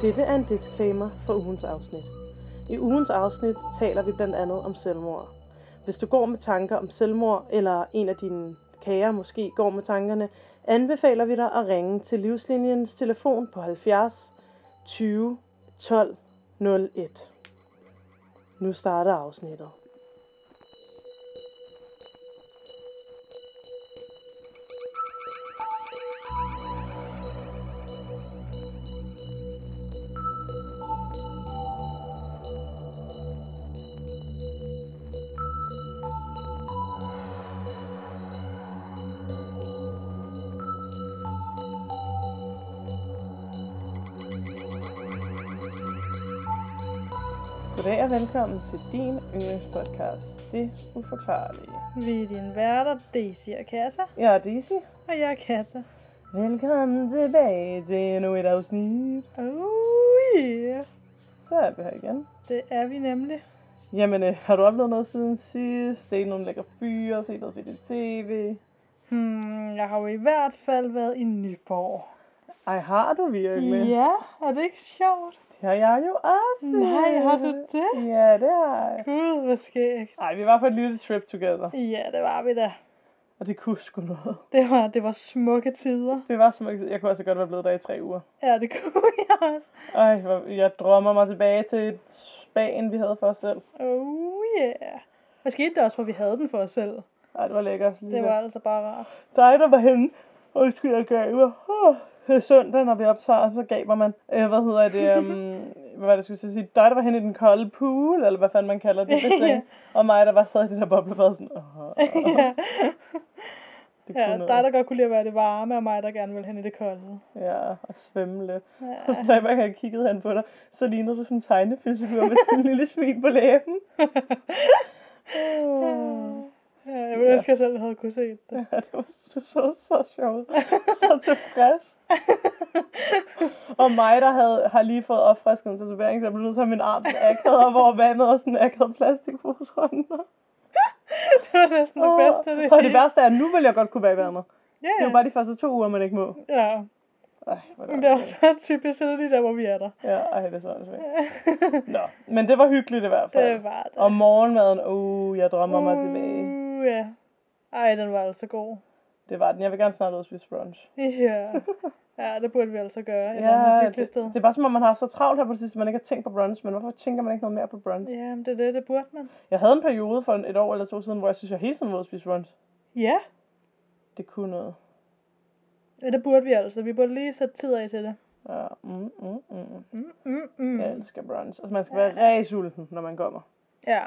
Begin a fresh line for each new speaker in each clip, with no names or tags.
Dette er en disclaimer for ugens afsnit. I ugens afsnit taler vi blandt andet om selvmord. Hvis du går med tanker om selvmord, eller en af dine kære måske går med tankerne, anbefaler vi dig at ringe til livslinjens telefon på 70 20 12 01. Nu starter afsnittet. Goddag og velkommen til din yndlingspodcast, Det Uforklarlige.
Vi er dine værter, Daisy og Kassa,
Jeg er Daisy.
og jeg er Kassa.
Velkommen tilbage til endnu et afsnit.
Oh yeah.
Så er vi her igen.
Det er vi nemlig.
Jamen, øh, har du oplevet noget siden sidst? Det er nogle lækre fyre, set noget fedt i tv.
Hmm, jeg har jo i hvert fald været i Nyborg.
Ej, har du virkelig?
Ja, er det ikke sjovt?
Det har jeg jo også.
Nej, har du det?
Ja, det har jeg.
Gud, hvor skægt.
Ej, vi var på et lille trip together,
Ja, det var vi da.
og det kunne sgu noget.
Det var, det var smukke tider.
Det var som, jeg kunne også godt være blevet der i tre uger.
Ja, det kunne jeg også.
Ej, hvor- jeg drømmer mig tilbage til et Spanien, vi havde for os selv.
Oh yeah. Hvad skete der også, hvor vi havde den for os selv?
Ej, det var lækkert.
Det var altså bare rart.
dig, der var henne. Undskyld, jeg gav mig. Oh, søndag, når vi optager, så gav mig man. Øh, hvad hedder det? Um, hvad var det, jeg skulle til at sige? Dig, der var henne i den kolde pool, eller hvad fanden man kalder det. det
Ja.
yeah. Og mig, der bare sad i det der boblebad, sådan, åh,
ja.
det kunne
ja,
noget.
dig, der godt kunne lide at være i det varme, og mig, der gerne ville hen i det kolde.
Ja, og svømme lidt. Og
Ja.
så hver gang jeg kiggede han på dig, så lignede du sådan en tegnefilsfigur med sådan en lille svin på læben. Åh.
Øh. Ja, jeg ville
Ja.
ønske, at jeg selv havde kunne se det.
Ja, det var så, så, så sjovt. Så tilfreds. og mig, der havde, har lige fået opfrisket en tatovering, så jeg blev nødt til at have min arm sådan akavet op over vandet og sådan en akavet plastikpose under.
Det var næsten det bedste. af
det og det
hele.
værste er, at nu vil jeg godt kunne være i vandet.
Ja,
Det er jo bare de første to uger, man ikke må.
ja.
Ej, hvor er
Men
det
det var
okay.
så typisk, så det er lige der, hvor vi er der.
Ja, ej, det er så åndssvagt. Nå, men det var hyggeligt i hvert fald.
det var det.
Og morgenmaden, uh, jeg drømmer mig tilbage.
Uh, ja. Ej, den var altså god.
Det var den. Jeg vil gerne snart ud og spise brunch.
Ja. Ja, det burde vi altså gøre. Et ja, eller andet hyggeligt
det,
sted.
det, er bare som om, man har så travlt her på det sidste, at man ikke har tænkt på brunch. Men hvorfor tænker man ikke noget mere på brunch?
Ja, men det er det, det burde man.
Jeg havde en periode for et år eller to siden, hvor jeg synes, jeg hele tiden var ude at spise brunch.
Ja.
Det kunne noget.
ja, det burde vi altså. Vi burde lige sætte tid af til det.
Ja, mm, mm, mm.
Mm, mm, mm.
Jeg elsker brunch. Altså, man skal være rigtig sulten, når man kommer.
ja.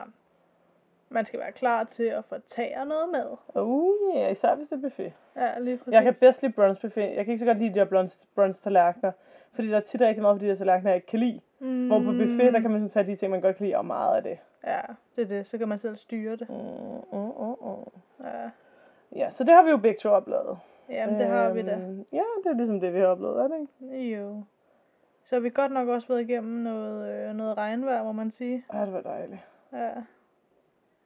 Man skal være klar til at få tære noget med.
Uh, yeah, især hvis det er buffet.
Ja, lige præcis.
Jeg kan bedst lide brunch buffet. Jeg kan ikke så godt lide de der brunch, brunch tallerkener. Fordi der er tit rigtig meget på de der tallerkener, jeg ikke kan lide.
mm,
Hvor på buffet, der kan man sådan tage de ting, man godt kan lide, og meget af det.
Ja, det er det. Så kan man selv styre det.
Mm, mm, mm, mm.
Ja.
Ja, så det har vi jo begge to oplevet.
Jamen, det har vi da.
Øhm, Ja, det er ligesom det, vi har oplevet, er det ikke?
Jo. Så har vi godt nok også været igennem noget, øh, noget regnvejr, må man sige.
Ej, det var dejligt.
Ja.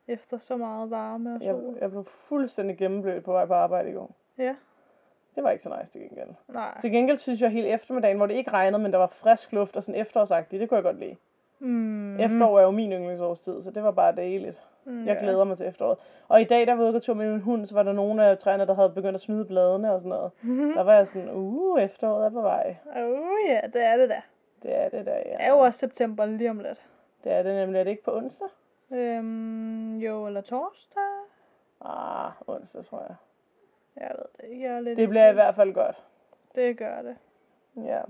Efter så meget varme og sol.
Jeg, jeg blev fuldstændig gennemblødt på vej på arbejde i går.
Ja.
Det var ikke så nice til gengæld.
Nej.
Til gengæld synes jeg hele eftermiddagen, hvor det ikke regnede, men der var frisk luft og sådan efterårsagtigt, det kunne jeg godt lide.
Mm.
Mm. Efterår er jo min yndlingsårstid, så det var bare dejligt.
Mm,
Jeg
ja.
glæder mig til efteråret. Og i dag, der var jeg ude og tur med min hund, så var der nogle af træerne, der havde begyndt at smide bladene og sådan noget.
Mhm.
Der var jeg sådan, uh, efteråret er på vej.
Åh ja, det er det da.
Det er det der, ja.
Det er jo også september lige om lidt.
Det er det nemlig. Er det ikke på onsdag?
Øhm, jo, eller torsdag?
Ah, onsdag, tror jeg.
Jeg ved det ikke. Jeg er lidt
Det
i
bliver i
tvivl.
hvert fald godt.
Det gør det.
Ja.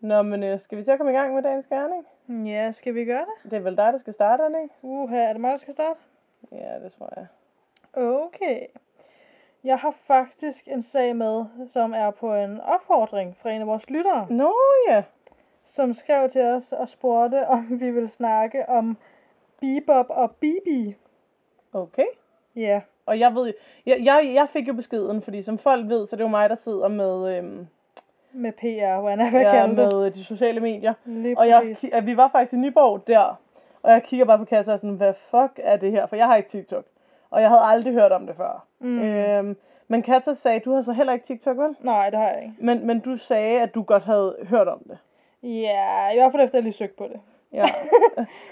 Nå, men øh, skal vi så komme i gang med dagens gerning?
Ja, skal vi gøre det?
Det er vel dig, der skal starte, er det ikke?
Uha, er det mig, der skal starte?
Ja, det tror jeg.
Okay. Jeg har faktisk en sag med, som er på en opfordring fra en af vores lyttere.
Nå ja.
som skrev til os og spurgte, om vi ville snakke om Bebop og Bibi.
Okay.
Ja.
Og jeg ved jo, jeg, jeg, jeg fik jo beskeden, fordi som folk ved, så er det jo mig, der sidder med, øhm,
Med PR, hvordan er hvad
jeg
ja,
er
kalder det?
med øh, de sociale medier.
Lige
Og jeg,
præcis.
ki- at vi var faktisk i Nyborg der, og jeg kigger bare på Kassa og sådan, hvad fuck er det her? For jeg har ikke TikTok, og jeg havde aldrig hørt om det før.
Mm.
Mm. Øhm, men Kata sagde, du har så heller ikke TikTok, vel?
Nej, det har jeg ikke.
Men, men du sagde, at du godt havde hørt om det.
Ja, i hvert fald efter jeg lige søgte på det.
Ja.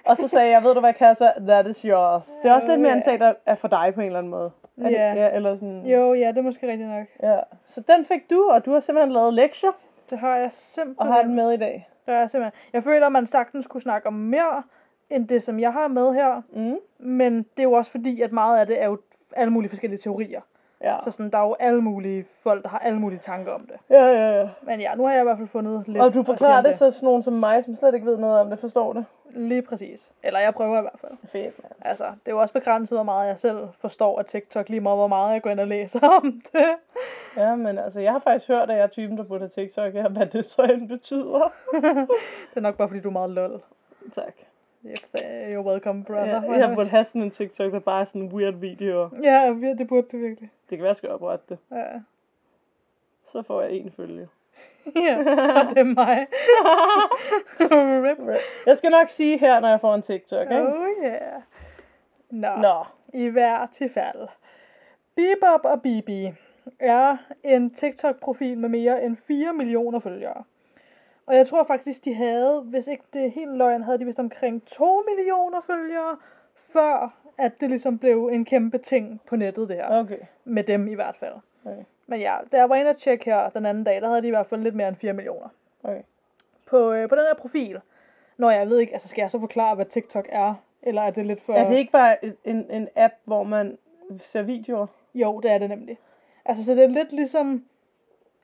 og så sagde jeg, ved du hvad, Kassa? That is yours. Det er også lidt mere en
Ja.
sag, der er for dig på en eller anden måde. Er det-
Ja.
ja eller sådan.
Jo, ja, det er måske rigtigt nok.
Ja. Så den fik du, og du har simpelthen lavet lektier
Det har jeg
og
simpelthen.
har den med i dag.
Der er simpelthen. Jeg føler, at man sagtens kunne snakke om mere, end det, som jeg har med her.
Mm.
Men det er jo også fordi, at meget af det er jo alle mulige forskellige teorier.
Ja.
Så sådan, der er jo alle mulige folk, der har alle mulige tanker om det.
ja, ja, ja.
Men ja, nu har jeg i hvert fald fundet lidt.
Og du
at
forklarer
sige om
det, så sådan nogen som mig, som slet ikke ved noget om det, forstår det.
Lige præcis. Eller jeg prøver i hvert fald.
Fedt, mand.
Altså, det er jo også begrænset, hvor meget jeg selv forstår af TikTok, lige meget hvor meget jeg går ind og læser om det.
Ja, men altså, jeg har faktisk hørt, at jeg er typen, der burde TikTok her, hvad det så end betyder.
Det er nok bare, fordi du er meget lol.
tak.
Yep, you're welcome, brother.
Ja, jeg burde have sådan en TikTok, der bare er sådan weird videoer.
Ja, vir- det burde du virkelig.
Det kan være, at jeg skal oprette det.
Ja.
Så får jeg en følge.
ja, og det er mig. Rip.
Jeg skal nok sige her, når jeg får en TikTok, ikke?
Oh yeah. Nå, Nå,
Nå.
i hver tilfælde. Bebop og Bibi er en TikTok-profil med mere end 4 millioner følgere. Og jeg tror faktisk, de havde, hvis ikke det er helt løgn, havde de vist omkring 2 millioner følgere, før at det ligesom blev en kæmpe ting på nettet, det her.
Okay.
Med dem i hvert fald.
Okay.
Men ja, da jeg var inde og tjekke her den anden dag, der havde de i hvert fald lidt mere end 4 millioner.
okay.
På, øh, på den her profil, når jeg ved ikke, altså skal jeg så forklare, hvad TikTok er? Eller er det lidt for...
Er det ikke bare en, en app, hvor man ser videoer?
Jo, det er det nemlig. Altså, så det er lidt ligesom...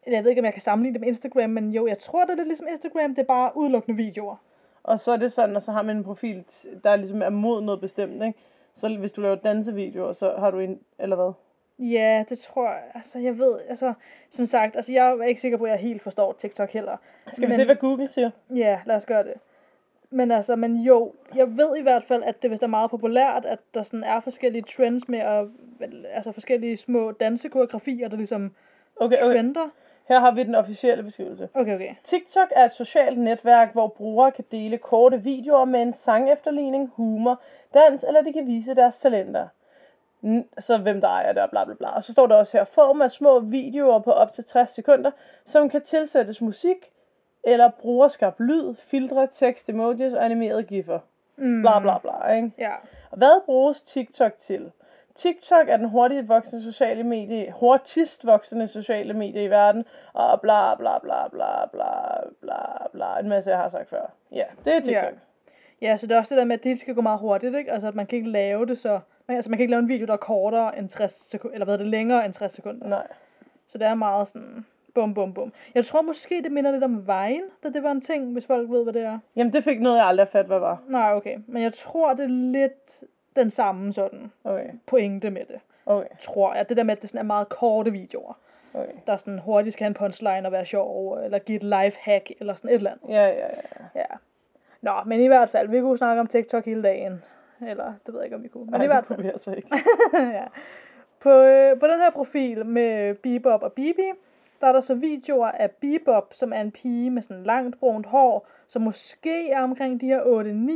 eller Jeg ved ikke, om jeg kan sammenligne det med Instagram, men jo, jeg tror, det er lidt ligesom Instagram. Det er bare udelukkende videoer.
Og så er det sådan, at så har man en profil, der ligesom er mod noget bestemt, ikke? Så hvis du laver dansevideoer, så har du en, eller hvad?
Ja, det tror jeg. Altså, jeg ved, altså, som sagt, altså, jeg er ikke sikker på, at jeg helt forstår TikTok heller.
Skal vi
Men-
se, hvad Google siger?
Ja, lad os gøre det. Men altså, men jo, jeg ved i hvert fald, at det vist er meget populært, at der sådan er forskellige trends med, at, vel, altså forskellige små dansekoreografier, der ligesom
Okay, okay.
trender.
Her har vi den officielle beskrivelse.
Okay, okay.
TikTok er et socialt netværk, hvor brugere kan dele korte videoer med en sangefterligning, humor, dans, eller de kan vise deres talenter. N- Så hvem der ejer det, og bla bla bla. Og så står der også her, form af små videoer på op til 60 sekunder, som kan tilsættes musik, eller brugerskabt lyd, filtre, tekst, emojis og animerede giffer.
Mm.
Bla bla bla, ikke?
Ja.
Og Hvad bruges TikTok til? TikTok er den hurtigst voksende sociale medie, hurtigst voksende sociale medie i verden, og bla bla bla bla bla bla bla, en masse jeg har sagt før. Ja, det er TikTok.
Ja, så det er også det der med, at det hele skal gå meget hurtigt, ikke? Altså, at man kan ikke lave det så... Man, altså, man kan ikke lave en video, der er kortere end 60 sekunder, eller hvad er det, længere end 60 sekunder.
Nej.
Så det er meget sådan, bum, bum, bum. Jeg tror måske, det minder lidt om vejen, da det var en ting, hvis folk ved, hvad det er.
Jamen det fik noget, jeg aldrig har fat, hvad var.
Nej, okay. Men jeg tror, det er lidt den samme sådan
Okay,
pointe med det,
okay,
tror jeg. Det der med, at det sådan er meget korte videoer,
okay.
der sådan hurtigt skal have en punchline og være sjov, eller give et live hack, eller sådan et eller andet.
Ja, ja, ja.
Ja. Nå, men i hvert fald, vi kunne snakke om TikTok hele dagen. Eller, det ved jeg ikke, om vi kunne. Men
Nej,
i hvert
det
fald.
kunne vi altså ikke.
ja. på, øh, på den her profil med Bebop og Bibi, der er der så videoer af Bebop, som er en pige med sådan langt brunt hår, som måske er omkring de her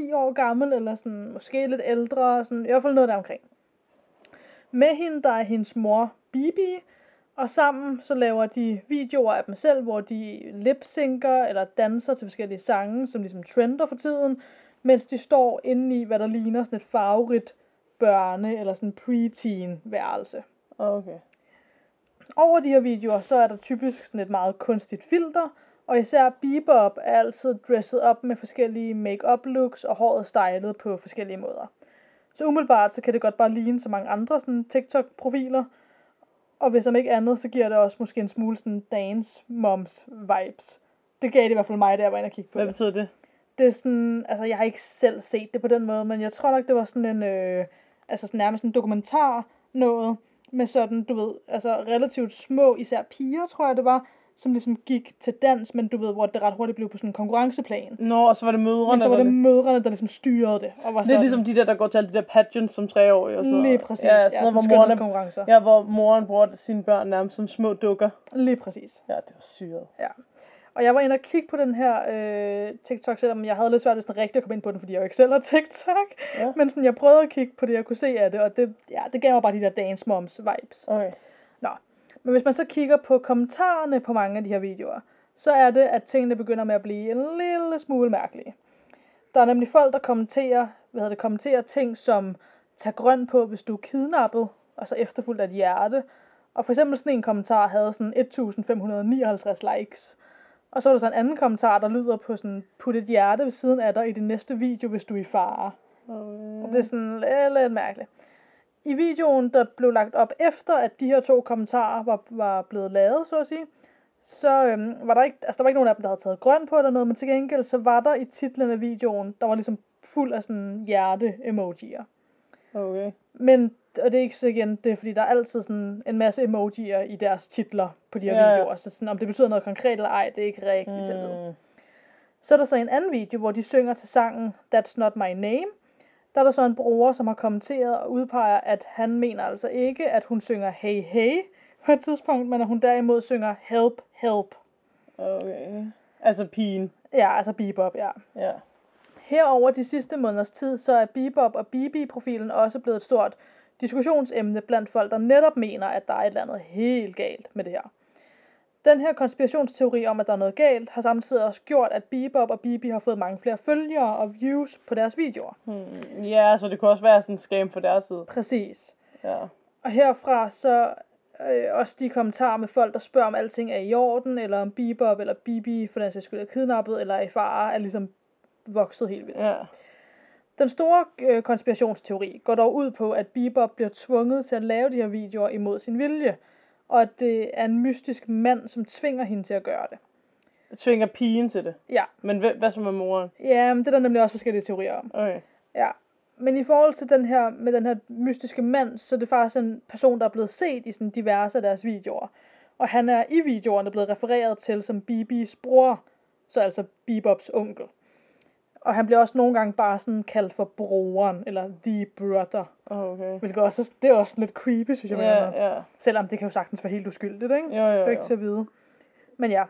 8-9 år gammel, eller sådan måske lidt ældre, sådan, i hvert fald noget der omkring. Med hende, der er hendes mor Bibi, og sammen så laver de videoer af dem selv, hvor de lipsynker eller danser til forskellige sange, som ligesom trender for tiden, mens de står inde i, hvad der ligner sådan et farverigt børne- eller sådan preteen-værelse.
Okay.
Over de her videoer, så er der typisk sådan et meget kunstigt filter, og især Bebop er altid dresset op med forskellige make-up looks og håret stylet på forskellige måder. Så umiddelbart, så kan det godt bare ligne så mange andre sådan TikTok-profiler, og hvis om ikke andet, så giver det også måske en smule sådan dance moms vibes. Det gav det i hvert fald mig, da jeg var inde og kigge på
Hvad
det.
betyder det?
Det er sådan, altså jeg har ikke selv set det på den måde, men jeg tror nok, det var sådan en, øh, altså sådan nærmest en dokumentar noget, med sådan, du ved, altså relativt små, især piger, tror jeg det var, som ligesom gik til dans, men du ved, hvor det ret hurtigt blev på sådan en konkurrenceplan.
Nå, og så var det mødrene.
Men så var
der
det mødrene, der ligesom styrede det. Og var
det er
sådan,
ligesom de der, der går til alle de der pageants som treårige og sådan noget.
lige præcis.
Ja, sådan noget, hvor moren,
konkurrencer. Ja.
ja, hvor moren bruger sine børn nærmest som små dukker.
Lige præcis.
Ja, det var syret.
Ja. Og jeg var inde og kigge på den her øh, TikTok, selvom jeg havde lidt svært ved sådan rigtig at komme ind på den, fordi jeg jo ikke selv har TikTok.
Ja.
Men sådan, jeg prøvede at kigge på det, jeg kunne se af det, og det, ja, det gav mig bare de der dance moms vibes.
Okay.
Nå. Men hvis man så kigger på kommentarerne på mange af de her videoer, så er det, at tingene begynder med at blive en lille smule mærkelige. Der er nemlig folk, der kommenterer, hvad hedder det, kommenterer ting som, tag grøn på, hvis du er kidnappet, og så efterfulgt af et hjerte. Og for eksempel sådan en kommentar havde sådan 1559 likes. Og så var der så en anden kommentar, der lyder på sådan, put et hjerte ved siden af dig i din næste video, hvis du er i fare. Og det er sådan lidt, lidt mærkeligt. I videoen, der blev lagt op efter, at de her to kommentarer var, var blevet lavet, så at sige, så øhm, var der ikke, altså der var ikke nogen af dem, der havde taget grøn på eller noget, men til gengæld, så var der i titlen af videoen, der var ligesom fuld af sådan hjerte-emojier.
Okay.
Men, og det er ikke så igen, det er fordi, der er altid sådan en masse emojier i deres titler på de her
Ja, ja.
ja. videoer, så sådan, om det betyder noget konkret eller ej, det er ikke rigtigt mm. til at vide. Så er der så en anden video, hvor de synger til sangen That's Not My Name. Der er der så en bruger, som har kommenteret og udpeger, at han mener altså ikke, at hun synger Hey Hey på et tidspunkt, men at hun derimod synger Help Help.
Okay. Altså pigen.
Ja, altså bebop, ja.
Ja.
Herover de sidste måneders tid, så er bebop og BB-profilen også blevet et stort diskussionsemne blandt folk, der netop mener, at der er et eller andet helt galt med det her. Den her konspirationsteori om, at der er noget galt, har samtidig også gjort, at bebop og BB har fået mange flere følgere og views på deres videoer.
Hmm. Ja, så det kunne også være sådan en scam på deres side.
Præcis.
Ja.
Og herfra så øh, også de kommentarer med folk, der spørger, om alting er i orden, eller om Bebop eller Bibi for den sags skyld er kidnappet, eller er i fare, er ligesom vokset helt vildt.
Ja.
Den store øh, konspirationsteori går dog ud på, at Bebop bliver tvunget til at lave de her videoer imod sin vilje, og at det er en mystisk mand, som tvinger hende til at gøre det.
Jeg tvinger pigen til det.
Ja,
Men hvad, hvad så med moren?
ja men det er der nemlig også forskellige teorier om.
Okay.
Ja. Men i forhold til den her, med den her mystiske mand, så er det faktisk en person, der er blevet set i sådan diverse af deres videoer. Og han er i videoerne blevet refereret til som Bibis bror, så altså Bebops onkel. Og han bliver også nogle gange bare sådan kaldt for broren, eller the brother.
Okay.
Hvilket også, er- det er også lidt creepy, synes jeg. på en eller anden måde.
Ja, ja. Selvom.
Selvom det kan jo sagtens være helt uskyldigt, ikke?
Jo, jo,
Det er jo
jo.
ikke til at vide. Men ja.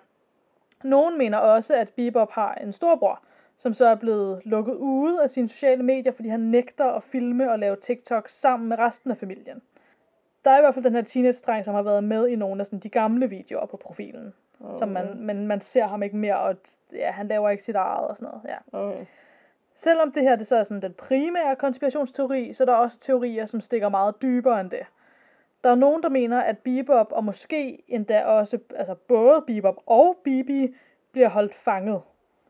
Nogen mener også, at Bebop har en storbror, som så er blevet lukket ude af sine sociale medier, fordi han nægter at filme og lave TikTok sammen med resten af familien. Der er i hvert fald den her teenage-dreng, som har været med i nogle af sådan, de gamle videoer på profilen. Okay. Som man, men man ser ham ikke mere, og ja, han laver ikke sit eget og sådan noget. Ja.
Okay.
Selvom det her det så er sådan den primære konspirationsteori, så er der også teorier, som stikker meget dybere end det. Der er nogen, der mener, at Bebop og måske endda også, altså både Bebop og Bibi, bliver holdt fanget.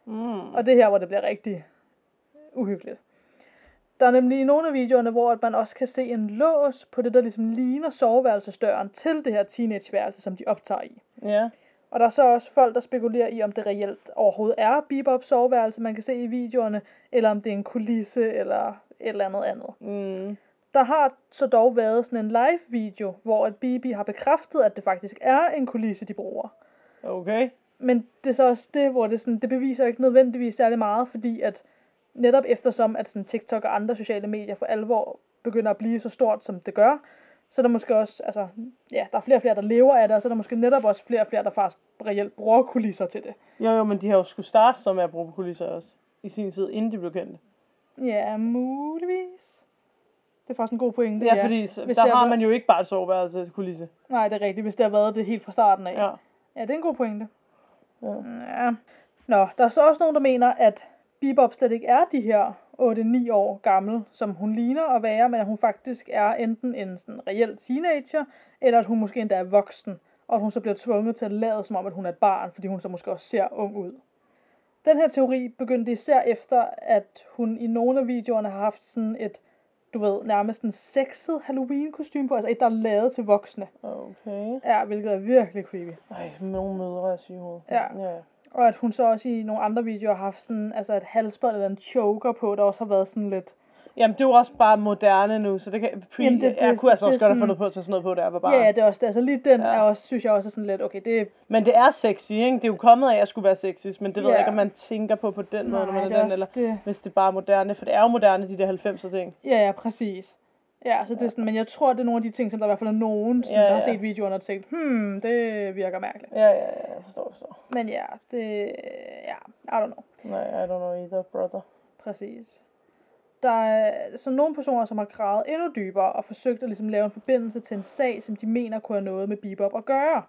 Mm.
Og det er her, hvor det bliver rigtig uhyggeligt. Der er nemlig nogle af videoerne, hvor at man også kan se en lås på det, der ligesom ligner soveværelsesdøren til det her teenageværelse, som de optager i.
Ja.
Og der er så også folk, der spekulerer i, om det reelt overhovedet er Bebop soveværelse, man kan se i videoerne, eller om det er en kulisse, eller et eller andet andet.
Mm.
Der har så dog været sådan en live-video, hvor at Bibi har bekræftet, at det faktisk er en kulisse, de bruger.
Okay.
Men det er så også det, hvor det, sådan, det beviser ikke nødvendigvis særlig meget, fordi at netop eftersom at sådan TikTok og andre sociale medier for alvor begynder at blive så stort, som det gør, så er der måske også, altså, ja, der er flere og flere, der lever af det, og så er der måske netop også flere og flere, der faktisk reelt bruger kulisser til det.
Jo, jo, men de har jo skulle starte som at bruge kulisser også. I sin tid, inden de blev kendte.
Ja, muligvis. Det er faktisk en god pointe.
Ja, fordi så,
Hvis
der
det er-
har man jo ikke bare et soveværelse til kulisse.
Nej, det er rigtigt, hvis det har været det helt fra starten af.
Ja.
Ja, det er en god pointe.
Ja.
ja. Nå, der er så også nogen, der mener, at Bebop slet ikke er de her 8-9 år gammel, som hun ligner at være, men at hun faktisk er enten en sådan reel teenager, eller at hun måske endda er voksen, og at hun så bliver tvunget til at lade som om, at hun er et barn, fordi hun så måske også ser ung ud. Den her teori begyndte især efter, at hun i nogle af videoerne har haft sådan et, du ved, nærmest en sexet Halloween-kostume på, altså et, der er lavet til voksne.
Okay.
Ja, hvilket er virkelig creepy.
Ej, nogle mødre er syge i hovedet.
Ja.
ja.
Og at hun så også i nogle andre videoer har haft sådan, altså et halsbånd eller en choker på, der også har været sådan lidt...
Jamen, det er jo også bare moderne nu, så det kan... Pre,
Jamen,
Jamen,
det-
det,
det-
jeg kunne altså
det
også
er
godt
sådan-
have fundet på at tage sådan noget på, der jeg var barn.
Ja, ja, det er også det. Altså lige den ja.
Ja.
er også, synes jeg også er sådan lidt, okay, det er...
Men det er sexy, ikke? Det er jo kommet af, at jeg skulle være sexy, men det ved
Ja.
jeg ikke, om man tænker på på den måde, når man er,
det er
den, eller
det.
hvis det bare er moderne. For det er jo moderne, de der 90'er ting.
Ja, ja, præcis. Ja, så det er sådan, men jeg tror, det er nogle af de ting, som der i hvert fald er nogen, sådan,
Ja,
der har
ja.
set videoerne og tænkt, hmm, det virker mærkeligt.
Ja, ja, ja, jeg forstår, jeg forstår.
Men ja, det... Ja, I don't know.
Nej, I don't know either, brother.
Præcis. Der er så nogle personer, som har gravet endnu dybere og forsøgt at ligesom lave en forbindelse til en sag, som de mener kunne have noget med Bebop at gøre.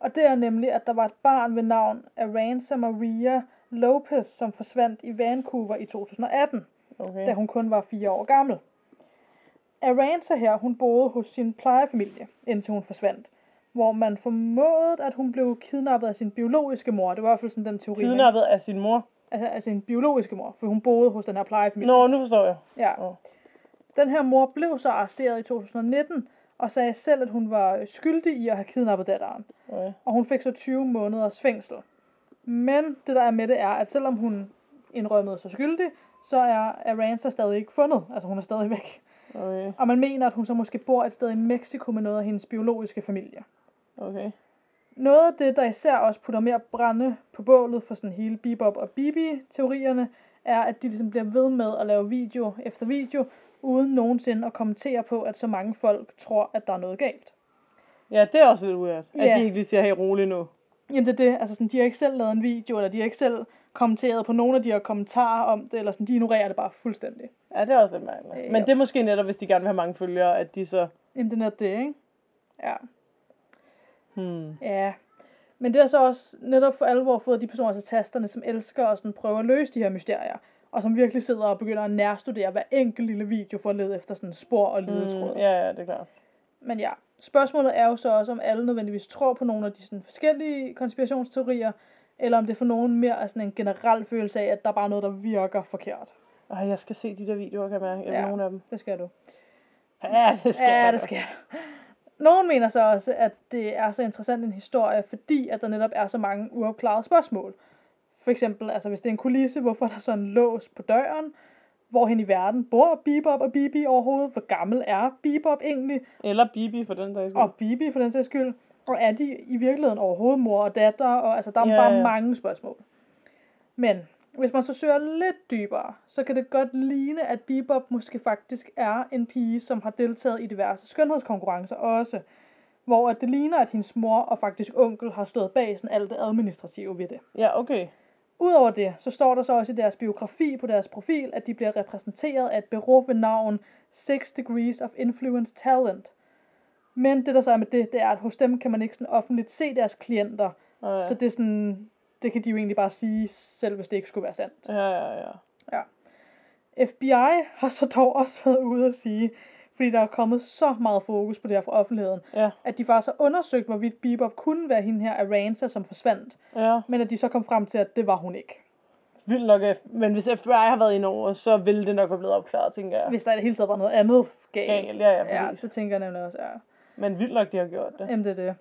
Og det er nemlig, at der var et barn ved navn Aranza Maria Lopez, som forsvandt i Vancouver i 2018
Okay.
da hun kun var fire år gammel. Aranza her, hun boede hos sin plejefamilie, indtil hun forsvandt, hvor man formåede, at hun blev kidnappet af sin biologiske mor. Det var i hvert fald sådan den teori. man-
Kidnappet af sin mor.
Altså, altså en biologiske mor, for hun boede hos den her plejefamilie.
Nå, nu forstår jeg.
Ja.
Nå.
Den her mor blev så arresteret i 2019, og sagde selv, at hun var skyldig i at have kidnappet datteren
Okay.
og hun fik så 20 måneders fængsel. Men det der er med det er, at selvom hun indrømmede sig skyldig, så er Aranza stadig ikke fundet. Altså hun er stadig væk.
Okay.
Og man mener, at hun så måske bor et sted i Mexico med noget af hendes biologiske familie.
Okay.
Noget af det, der især også putter mere brænde på bålet for sådan hele Bebop og Bibi-teorierne, er, at de ligesom bliver ved med at lave video efter video, uden nogensinde at kommentere på, at så mange folk tror, at der er noget galt.
Ja, det er også lidt weird, at
Ja.
de ikke lige siger, hey, rolig nu.
Jamen det er det, altså sådan, de har ikke selv lavet en video, eller de har ikke selv kommenteret på nogle af de her kommentarer om det, eller sådan, de ignorerer det bare fuldstændig.
Ja, det er også lidt mærkeligt.
Øh,
Men
jo.
det er måske netop, hvis de gerne vil have mange følgere, at de så...
Jamen det er netop det, ikke? Ja.
Hmm.
Ja. Men det har så også netop for alvor fået de personer til tasterne, som elsker og sådan prøver at løse de her mysterier, og som virkelig sidder og begynder at nærstudere hver enkelt lille video for at lede efter sådan spor og ledetråde.
Mm, ja, ja, det er klart.
Men ja, spørgsmålet er jo så også, om alle nødvendigvis tror på nogle af de sådan, forskellige konspirationsteorier, eller om det for nogen mere er sådan en generel følelse af, at der bare er noget, der virker forkert.
Ej, jeg skal se de der videoer, kan jeg mærke. Eller
Ja.
ja. nogle af dem.
Det skal du.
Ja, det skal jeg altså.
ja,
nok.
det skal du. Nogen mener så også, at det er så interessant en historie, fordi at der netop er så mange uopklarede spørgsmål. For eksempel, altså hvis det er en kulisse, hvorfor er der sådan en lås på døren? Hvor hen i verden bor Bebop og Bibi overhovedet? Hvor gammel er Bebop egentlig?
Eller Bibi for den dags skyld.
Og Bibi for den sags skyld. Og er de i virkeligheden overhovedet mor og datter? Og, altså, der er
Ja,
bare
ja.
mange spørgsmål. Men hvis man så søger lidt dybere, så kan det godt ligne, at Bebop måske faktisk er en pige, som har deltaget i diverse skønhedskonkurrencer også. Hvor at det ligner, at hendes mor og faktisk onkel har stået bag sådan alt det administrative ved det.
Ja, okay.
Udover det, så står der så også i deres biografi på deres profil, at de bliver repræsenteret af et bureau ved navn 6 Degrees of Influence Talent. Men det der så er med det, det er, at hos dem kan man ikke sådan offentligt se deres klienter.
Ja,
Så det er sådan, det kan de jo egentlig bare sige, selv hvis det ikke skulle være sandt.
ja, ja, ja.
FBI har så dog også været ude at sige, fordi der er kommet så meget fokus på det her fra offentligheden,
Ja,
at de faktisk har undersøgt, hvorvidt Bebop kunne være hende her Aranza, som forsvandt.
ja.
Men at de så kom frem til, at det var hun ikke.
Vildt nok, F- men hvis FBI har været inde over, så ville det nok være blevet opklaret, tænker jeg.
Hvis der i det hele taget var noget andet galt.
Galt, ja, ja,
ja,
præcis.
det tænker jeg nemlig også, ja.
Men vildt nok, de har gjort det.
Jamen, det er det.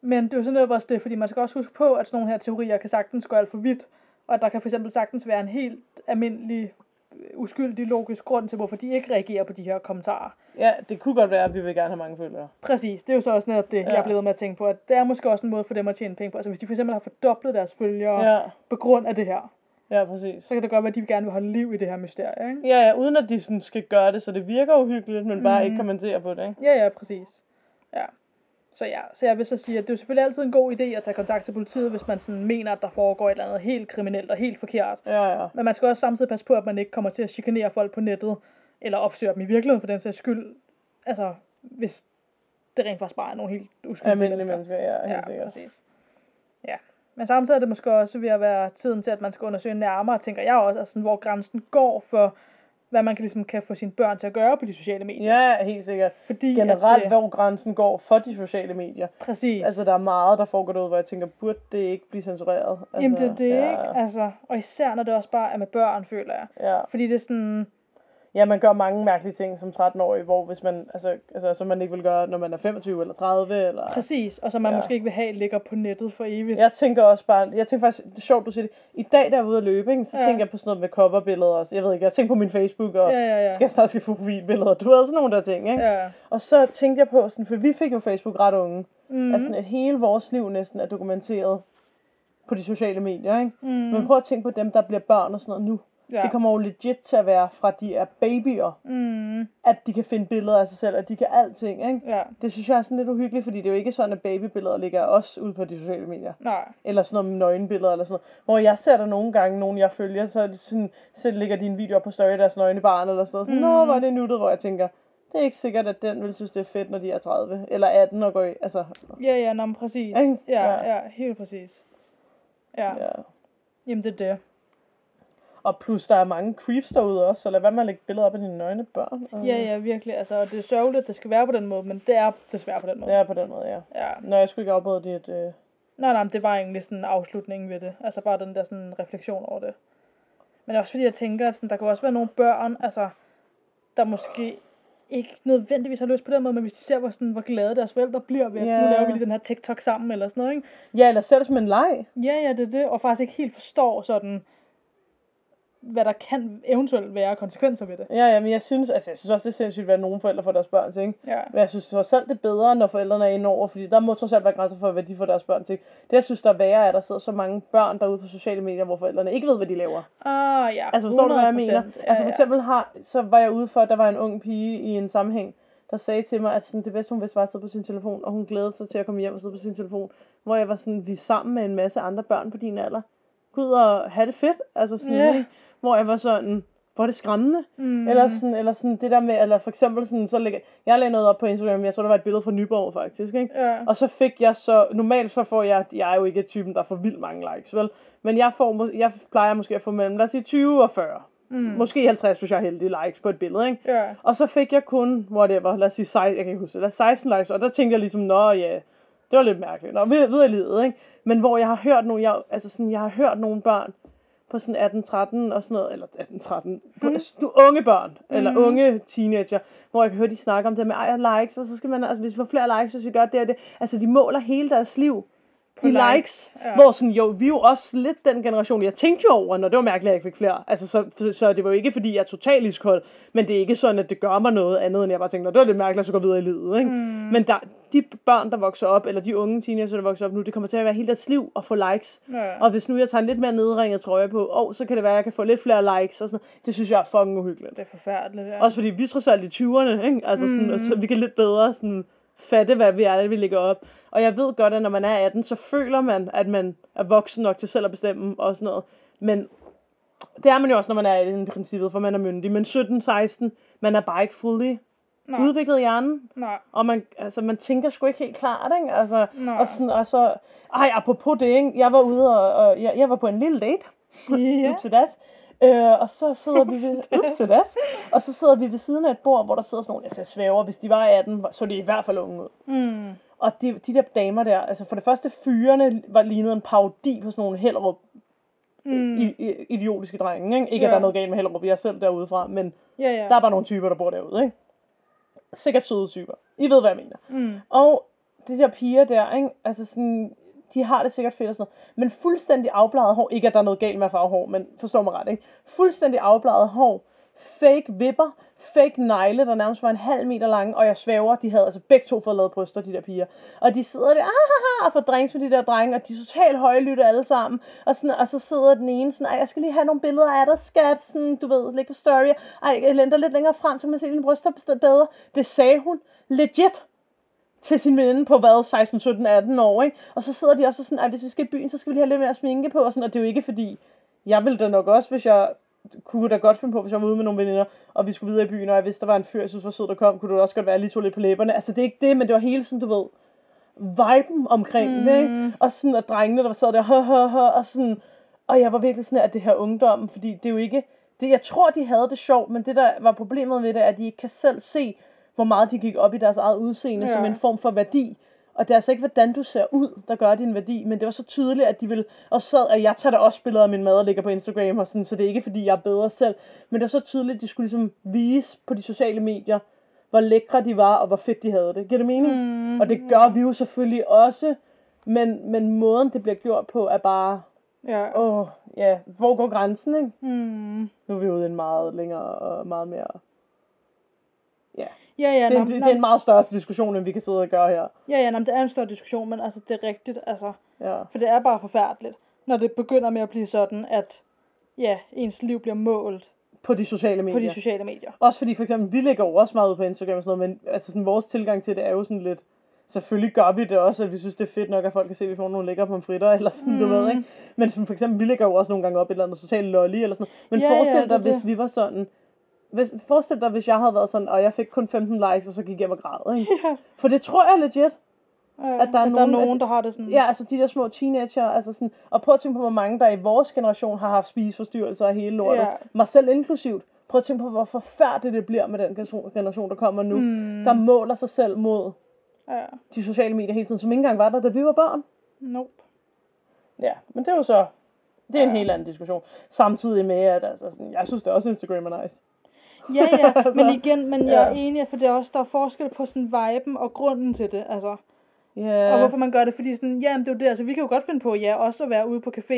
Men det er jo sådan noget også det, fordi man skal også huske på, at sådan nogle her teorier kan sagtens gå alt for vidt, og at der kan for eksempel sagtens være en helt almindelig, øh, uskyldig, logisk grund til, hvorfor de ikke reagerer på de her kommentarer.
Ja, det kunne godt være, at vi vil gerne have mange følgere.
Præcis, det er jo så også netop det, ja.
Ja.
jeg er blevet med at tænke på, at det er måske også en måde for dem at tjene penge på. Altså hvis de for eksempel har fordoblet deres følgere ja.
Ja,
på grund af det her,
ja, præcis.
så kan det godt være, at de gerne vil holde liv i det her mysterie, ikke?
Ja, ja, uden at de sådan skal gøre det, så det virker uhyggeligt, men bare
Mhm.
ikke kommentere på det, ikke?
Ja, ja, præcis. Ja. Så ja, så jeg vil så sige, at det er jo selvfølgelig altid en god idé at tage kontakt til politiet, hvis man sådan mener, at der foregår et eller andet helt kriminelt og helt forkert.
Ja, ja.
Men man skal også samtidig passe på, at man ikke kommer til at chikanere folk på nettet, eller opsøger dem i virkeligheden for den sags skyld. Altså, hvis det rent faktisk bare er nogle helt uskyldige
Almindelige
mennesker.
mennesker, ja, helt
Ja,
sikkert.
præcis. Ja. Men samtidig er det måske også ved at være tiden til, at man skal undersøge nærmere, tænker jeg også, altså, sådan, hvor grænsen går for, hvad man kan, ligesom, kan få sine børn til at gøre på de sociale medier.
Ja, helt sikkert.
Fordi at øh,
Generelt,
det-
hvor grænsen går for de sociale medier.
Præcis.
Altså, der er meget, der foregår derude, hvor jeg tænker, burde det ikke blive censureret? Altså,
Jamen det er det,
ja,
ja. ikke? Altså, og især når det også bare er med børn, føler jeg.
Ja.
Fordi det er sådan,
ja, man gør mange mærkelige ting som 13-årig, hvor hvis man, altså, altså, som man ikke vil gøre, når man er 25 eller 30, eller...
præcis, og som man ja.
Ja.
måske ikke vil have ligger på nettet for evigt.
Jeg tænker også bare, jeg tænker faktisk, det er sjovt, du siger det. I dag, der er ude at løbe, ikke, så
Ja.
ja. tænker jeg på sådan noget med coverbilleder også. Jeg ved ikke, jeg tænker på min Facebook, og
ja, ja, ja.
skal jeg snart skifte profilbilleder. Du havde sådan nogle der ting, ikke? Ja.
ja.
Og så tænkte jeg på, sådan, for vi fik jo Facebook ret unge. Mm.
Mm,
Altså, sådan, at hele vores liv næsten er dokumenteret på de sociale medier, ikke?
mm,
Mm. Men prøv at tænke på dem, der bliver børn og sådan noget nu.
ja.
Det kommer jo legit til at være fra, de er babyer,
mm,
at de kan finde billeder af sig selv, og de kan alting, ikke?
ja.
Det synes jeg er sådan lidt uhyggeligt, fordi det er jo ikke sådan, at babybilleder ligger af os ude på de sociale medier
Nej.
eller sådan nogle nøgenbilleder, eller sådan noget. Hvor jeg ser der nogle gange, nogen jeg følger, så er det sådan, selv ligger dine videoer på story af deres nøgne barn, eller sådan noget. Sådan,
Mm.
Nå, hvor er det nuttet, hvor jeg tænker, Det er ikke sikkert, at den vil synes, det er fedt, når de er 30 eller 18 og går i. Altså,
Ja, ja, nå, men præcis.
Ikke?
Ja,
Ja.
ja, helt præcis. Ja, ja.
ja.
jamen det er det.
Og plus, der er mange creeps derude også, så lad være med at lægge billeder op af dine nøgne børn. Og,
Ja, ja, virkelig. Altså, og det er sørgeligt, at det skal være på den måde, men det er desværre på den måde.
Ja, på den måde, ja.
ja.
Når jeg skulle ikke afbryde dit... Øh...
Nej, nej, men det var egentlig sådan afslutningen ved det. Altså bare den der sådan refleksion over det. Men også fordi jeg tænker, at sådan, der kan også være nogle børn, altså, der måske ikke nødvendigvis har lyst på den måde, men hvis de ser, hvor, sådan, hvor glade deres forældre bliver ved, at yeah. nu
Ja.
laver vi lige den her TikTok sammen, eller sådan noget, ikke?
Ja, eller ser det som en leg.
Ja, ja, det er det, og faktisk ikke helt forstår sådan, hvad der kan eventuelt være konsekvenser ved det.
Ja, ja, men jeg synes, altså, jeg synes også, det er sindssygt, hvad nogle forældre får deres børn til, ikke?
Ja.
Men jeg synes trods alt, det er bedre, når forældrene er inde over, fordi der må trods alt være grænser for, hvad de får deres børn til. Det, jeg synes, der er værre, er, at der sidder så mange børn derude på sociale medier, hvor forældrene ikke ved, hvad de laver.
Ah, ja,
Altså, forstår du, hvad jeg mener?
100%. Ja,
altså, for
ja.
eksempel har, så var jeg ude for, at der var en ung pige i en sammenhæng, der sagde til mig, at sådan, det bedste, hun vidste, var at sidde på sin telefon, og hun glædede sig til at komme hjem og sidde på sin telefon, hvor jeg var sådan, vi er sammen med en masse andre børn på din alder. Gå ud og have det fedt, altså sådan,
Ja.
yeah. hvor jeg var sådan, hvor er det skræmmende.
Mm.
Mm. Eller, sådan, eller sådan det der med, eller for eksempel sådan, så lægger, jeg lagde noget op på Instagram, jeg tror, der var et billede fra Nyborg faktisk, ikke?
Ja.
Og så fik jeg så, normalt så får jeg, jeg er jo ikke typen, der får vildt mange likes, vel? Men jeg, får, mås- jeg plejer måske at få mellem, lad os sige 20 og 40.
Mm.
Måske 50, hvis jeg er heldig, likes på et billede, ikke?
Ja.
Og så fik jeg kun, whatever, lad os sige 16, jeg kan ikke huske, det, lad os 16 likes, og der tænkte jeg ligesom, nå ja, det var lidt mærkeligt, nå, videre, videre i livet, ikke? Men hvor jeg har hørt nogle, jeg, altså sådan, jeg har hørt nogle børn på sådan 18-13 og sådan noget, eller 18-13, på, mm. unge børn, eller
Mhm.
unge teenager, hvor jeg kan høre, de snakker om det med, ej, jeg likes, og så skal man, altså hvis vi får flere likes, hvis vi gør det og det, altså de måler hele deres liv
På
i likes,
likes.
likes
Ja.
ja. hvor sådan, jo, vi er jo også lidt den generation, jeg tænkte jo over, når det var mærkeligt, at jeg ikke fik flere. Altså, så, så det var jo ikke, fordi jeg er totalt iskold, men det er ikke sådan, at det gør mig noget andet, end jeg bare tænkte, "Nå, det var lidt mærkeligt, at så går videre i livet, ikke? Mm. Men der, de børn, der vokser op, eller de unge teenager, der vokser op nu, det kommer til at være hele deres liv at få likes.
Ja.
Og hvis nu jeg tager en lidt mere nedringet trøje på, åh, så kan det være, at jeg kan få lidt flere likes og sådan noget. Det synes jeg er fucking uhyggeligt.
Det er forfærdeligt, ja.
Også fordi vi er trods alt i 20'erne, ikke? Altså sådan,
Mhm.
mm. så vi kan lidt bedre sådan, fatte, hvad vi er, det vi ligger op. Og jeg ved godt, at når man er 18, så føler man, at man er voksen nok til selv at bestemme og sådan noget. Men det er man jo også, når man er 18 i princippet, for man er myndig. Men 17-16, man er bare ikke fully
nej,
udviklet i hjernen.
nej,
Og man, altså, man tænker sgu ikke helt klart, ikke? Altså,
nej.
og, sådan, og så, ej, apropos det, ikke? Jeg var ude og, og jeg, jeg var på en lille date.
ja.
Upsidas. Øh, og så sidder vi ved,
Upsidas.
upsidas, og så sidder vi ved siden af et bord, hvor der sidder sådan nogle, altså jeg svæver, hvis de var 18, var- så de i hvert fald unge ud.
Mm.
Og de, de der damer der, altså for det første, fyrene var lignet en parodi på sådan nogle Hellerup
Mm.
i, i, idiotiske drenge, ikke? Ikke,
Ja.
at der er noget galt med Hellerup, jeg er selv derudefra, men
Ja, ja.
der er bare nogle typer, der bor derude, ikke? Sikkert søde typer. I ved, hvad jeg mener.
Mm.
Og de der piger der, ikke? altså sådan, de har det sikkert fedt og sådan noget. Men fuldstændig afbladet hår, ikke at der er noget galt med at farve hår, men forstår mig ret, ikke? Fuldstændig afbladet hår, fake vipper, fake negle, der nærmest var en halv meter lange, og jeg svæver, de havde altså begge to fået lavet bryster, de der piger. Og de sidder der, ah, og får drinks med de der drenge, og de er totalt højlytte alle sammen. Og, sådan, og så sidder den ene sådan, "Ej, jeg skal lige have nogle billeder af dig, skat, sådan, du ved, læg på story. Ej, jeg lænder lidt længere frem, så man ser dine bryster bedre. Det sagde hun legit til sin veninde på hvad, 16, 17, 18 år, ikke? Og så sidder de også og sådan, at hvis vi skal i byen, så skal vi lige have lidt mere sminke på, og sådan, og det er jo ikke fordi, jeg ville da nok også, hvis jeg kunne da godt finde på, hvis jeg var ude med nogle veninder, og vi skulle videre i byen, og jeg vidste, der var en fyr, jeg synes var sød, der kom, kunne det også godt være, at jeg lige tog lidt på læberne. Altså, det er ikke det, men det var hele sådan, du ved, viben omkring mm. det,
Mm.
ikke? Og sådan, at drengene, der sad der, hø, hø, hø, og sådan, og jeg var virkelig sådan, at det her ungdom, fordi det er jo ikke, det, jeg tror, de havde det sjovt, men det, der var problemet ved det, er, at de ikke kan selv se, hvor meget de gik op i deres eget udseende,
Ja.
ja. som en form for værdi. Og det er altså ikke, hvordan du ser ud, der gør din værdi, men det var så tydeligt, at de ville, og så, at jeg tager da også billeder af min mad og lægger på Instagram, og sådan, så det er ikke, fordi jeg er bedre selv, men det var så tydeligt, at de skulle ligesom vise på de sociale medier, hvor lækre de var, og hvor fedt de havde det. Giver det mening?
Mm.
Og det gør vi jo selvfølgelig også, men, men måden, det bliver gjort på, er bare,
Ja.
åh, oh, ja, hvor går grænsen, ikke?
Mm.
Nu er vi ude i en meget længere og meget mere... Ja,
Ja, ja,
det, er
nå,
en- det,
nå,
det er en meget større diskussion, end vi kan sidde og gøre her.
ja, ja, nå, men det er en stor diskussion, men altså, det er rigtigt, altså,
Ja.
for det er bare forfærdeligt, når det begynder med at blive sådan, at ja, ens liv bliver målt
På de sociale medier.
på de sociale medier.
Også fordi for eksempel, vi lægger jo også meget ud på Instagram og sådan noget, men altså sådan, vores tilgang til det er jo sådan lidt, selvfølgelig gør vi det også, at vi synes, det er fedt nok, at folk kan se, at vi får nogle lækre pomfritter, eller sådan, mm. du
Mm.
ved, ikke? Men som for eksempel, vi lægger jo også nogle gange op et eller andet socialt lolly, eller sådan noget. Men
Ja,
ja,
ja,
forestil
det er
dig, hvis
det.
vi var sådan, hvis, forestil dig, hvis jeg havde været sådan, og jeg fik kun 15 likes, og så gik jeg og græd, ikke?
Ja.
For det tror jeg legit.
Øh,
At der er
at der er
nogen, at-
nogen, der har det sådan.
Ja, altså de der små teenager, altså sådan, og prøv at tænke på, hvor mange der i vores generation har haft spiseforstyrrelser og hele lortet.
Ja.
Mig selv inklusivt. Prøv at tænke på, hvor forfærdeligt det bliver med den generation- generation, der kommer nu.
Mm.
Der måler sig selv mod
ja.
de sociale medier hele tiden, som ikke engang var der, da vi var børn.
Nope.
Ja, men det er jo så, det er en
Ja.
helt anden diskussion. Samtidig med, at altså, sådan, jeg synes det er også Instagram er nice.
Ja, ja, men igen, men jeg er
Ja.
enig, for det er også, der er forskel på sådan viben og grunden til det, altså.
Ja,
Og hvorfor man gør det, fordi sådan, jamen det er jo det, altså vi kan jo godt finde på, ja, også at være ude på café,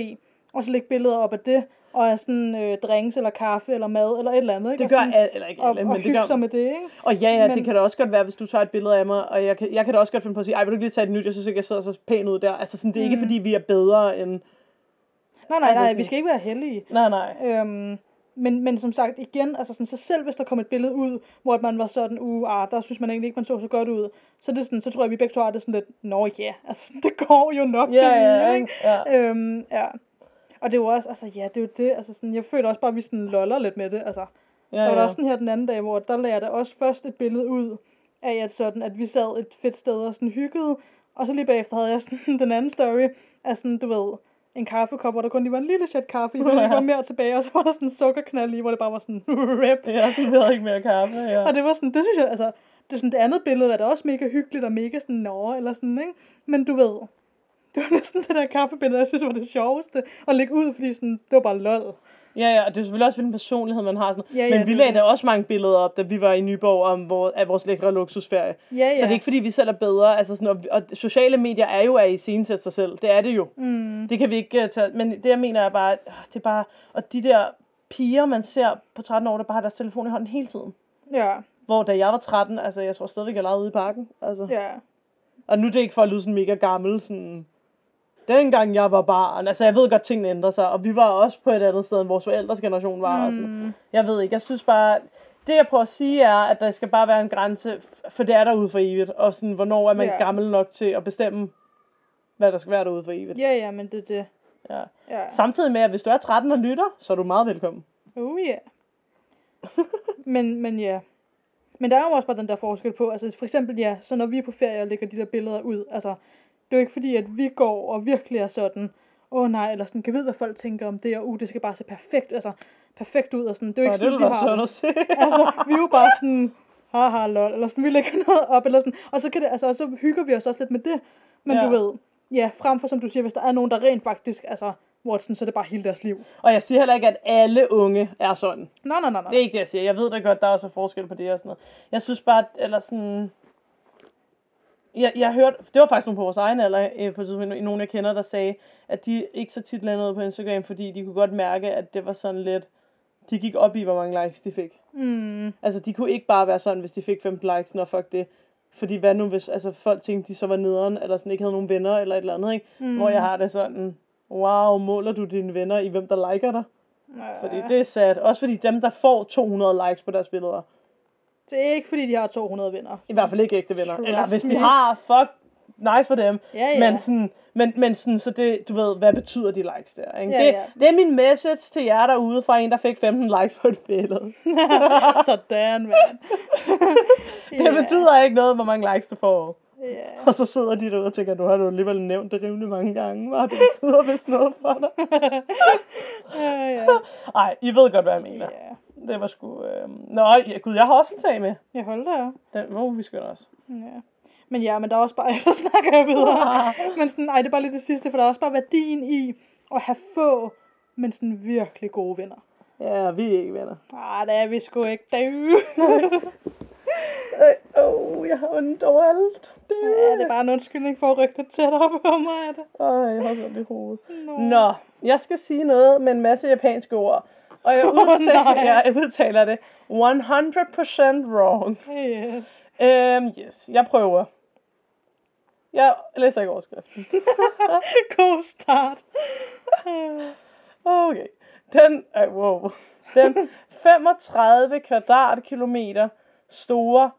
og så lægge billeder op af det, og af sådan øh, drinks, eller kaffe, eller mad, eller et eller andet, ikke?
det gør
og sådan,
alle, eller ikke
og,
alle,
og
men det
hygge sig
gør
med det, ikke?
Og ja, ja, men... det
Men-
kan da også godt være, hvis du tager et billede af mig, og jeg kan, jeg kan da også godt finde på at sige, ej, vil du ikke lige tage et nyt, jeg synes ikke, jeg sidder så pæn ud der. Altså sådan, det er ikke
Mm.
fordi, vi er bedre end...
Nej, nej,
Altså
nej,
sådan-
vi skal ikke være heldige.
Nej, nej.
Øhm, men, men som sagt, igen, altså sådan, så selv hvis der kom et billede ud, hvor at man var sådan, uh, ah, der synes man egentlig ikke, man så så godt ud, så, er det sådan, så tror jeg, vi begge to har det sådan lidt, nå ja, altså sådan, det går jo nok,
Ja,
det hele,
ja,
ikke?
ikke? ja.
Øhm, ja. Og det er jo også, altså ja, det er jo det, altså sådan, jeg føler også bare, at vi sådan loller lidt med det, altså.
ja,
Der var
ja.
der også sådan her den anden dag, hvor der lagde jeg da også først et billede ud af, at, sådan, at vi sad et fedt sted og sådan hyggede. Og så lige bagefter havde jeg sådan den anden story af sådan, du ved, en kaffekop, hvor der kun lige var en lille shot kaffe, i, hvor der ikke var mere tilbage, og så var der sådan en sukkerknald i, hvor det bare var sådan, rip.
Ja, sådan, vi havde ikke mere kaffe, ja.
Og det var sådan, det synes jeg, altså, det er sådan det andet billede, var da også mega hyggeligt og mega sådan, nå, eller sådan, ikke? Men du ved, det var næsten det der kaffebillede, jeg synes var det sjoveste at lægge ud, fordi sådan, det var bare lol.
Ja, ja, og det er selvfølgelig også, hvilken personlighed man har. Sådan.
Ja, ja,
men
det
vi
er
lagde
det.
da også mange billeder op, da vi var i Nyborg om vores, af vores lækre luksusferie.
Ja, ja.
Så det er ikke, fordi vi selv er bedre. Altså sådan, og, og sociale medier er jo at iscenesætte sig selv. Det er det jo.
Mm,
Det kan vi ikke uh, tage. Men det, jeg mener, er bare, at, øh, det er bare... Og de der piger, man ser på 13 år, der bare har deres telefon i hånden hele tiden.
ja,
Hvor da jeg var 13, altså jeg tror stadigvæk, jeg legede ude i parken. Altså. Ja.
ja.
Og nu er det ikke for at lyde sådan mega gammel, sådan... Dengang jeg var barn, altså jeg ved godt, tingene ændrer sig, og vi var også på et andet sted, end vores forældres generation var. Mm. Og sådan.
Mm,
Jeg ved ikke, jeg synes bare, det jeg prøver at sige er, at der skal bare være en grænse, f- for det er derude for evigt, og sådan, hvornår er man
Ja.
yeah. gammel nok til at bestemme, hvad der skal være derude for evigt.
ja, ja, men det er det.
Ja.
Ja.
Samtidig med, at hvis du er 13 og lytter, så er du meget velkommen.
Oh ja. Yeah. men, men ja. Men der er jo også bare den der forskel på, altså for eksempel ja, så når vi er på ferie og lægger de der billeder ud, altså det er jo ikke fordi, at vi går og virkelig er sådan, åh oh, nej, eller sådan, kan vide, hvad folk tænker om det, og uh, det skal bare se perfekt, altså perfekt ud, og sådan, det er jo
Ja,
ikke
det
sådan,
ville
vi
være
har
sødt
det.
at se.
altså, vi er jo bare sådan, haha, lol, eller sådan, vi lægger noget op, eller sådan, og så, kan det, altså, og så hygger vi os også lidt med det, men
Ja.
ja. du ved, ja, frem for som du siger, hvis der er nogen, der rent faktisk, altså, hvor sådan, så er det bare hele deres liv.
Og jeg siger heller ikke, at alle unge er sådan.
Nej, nej, nej, nej.
Det er ikke det, jeg siger. Jeg ved da godt, der er også forskel på det og sådan noget. Jeg synes bare, at, eller sådan... Jeg, jeg hørte, det var faktisk nogle på vores egen alder, øh, på et tidspunkt, nogen jeg kender, der sagde, at de ikke så tit landede på Instagram, fordi de kunne godt mærke, at det var sådan lidt, de gik op i, hvor mange likes de fik.
Mm,
Altså, de kunne ikke bare være sådan, hvis de fik 15 likes, når fuck det. Fordi hvad nu, hvis altså, folk tænkte, de så var nederen, eller sådan ikke havde nogen venner, eller et eller andet, ikke? Mm.
mm.
Hvor jeg har det sådan, wow, måler du dine venner i, hvem der liker dig?
Ja.
Fordi det er sad. Også fordi dem, der får 200 likes på deres billeder,
det er ikke fordi, de har 200 venner.
i hvert fald ikke ægte venner.
Trust
Eller hvis de
me.
har, fuck, nice for dem.
Ja, ja.
Men sådan, men, men sådan, så det, du ved, hvad betyder de likes der? Ikke? det,
Ja, ja.
det er min message til jer derude fra en, der fik 15 likes på et billede.
Sådan, mand.
Det betyder ikke noget, hvor mange likes du får.
Ja.
Og så sidder de derude og tænker, nu har du alligevel nævnt det rimelig mange gange. Hvad det betyder vist noget for dig?
Ja, ja.
Ej, I ved godt, hvad jeg mener.
ja.
Det var sgu... Øh... Nå, ja, gud, jeg har også en sag med.
Jeg holder her.
Den, hvor vi skønner os.
Ja. Men ja, men der er også bare, så snakker jeg videre. Men sådan, ej, det er bare lidt det sidste, for der er også bare værdien i at have få, men sådan virkelig gode venner.
Ja, vi er ikke venner.
Ah, det er vi sgu ikke. Da.
Ej, Åh, oh, jeg har ondt overalt. Det
ja, det er bare en undskyldning for at rykke lidt tættere på mig. Er det?
Ej, jeg har så ondt i hovedet.
Nå.
Nå, jeg skal sige noget med en masse japanske ord. Og jeg udtaler,
nej.
oh, jeg udtaler det 100% wrong.
Yes.
Øhm, yes, jeg prøver. Jeg læser ikke overskriften.
God start.
Okay. Den, ej, wow. Den 35 kvadratkilometer store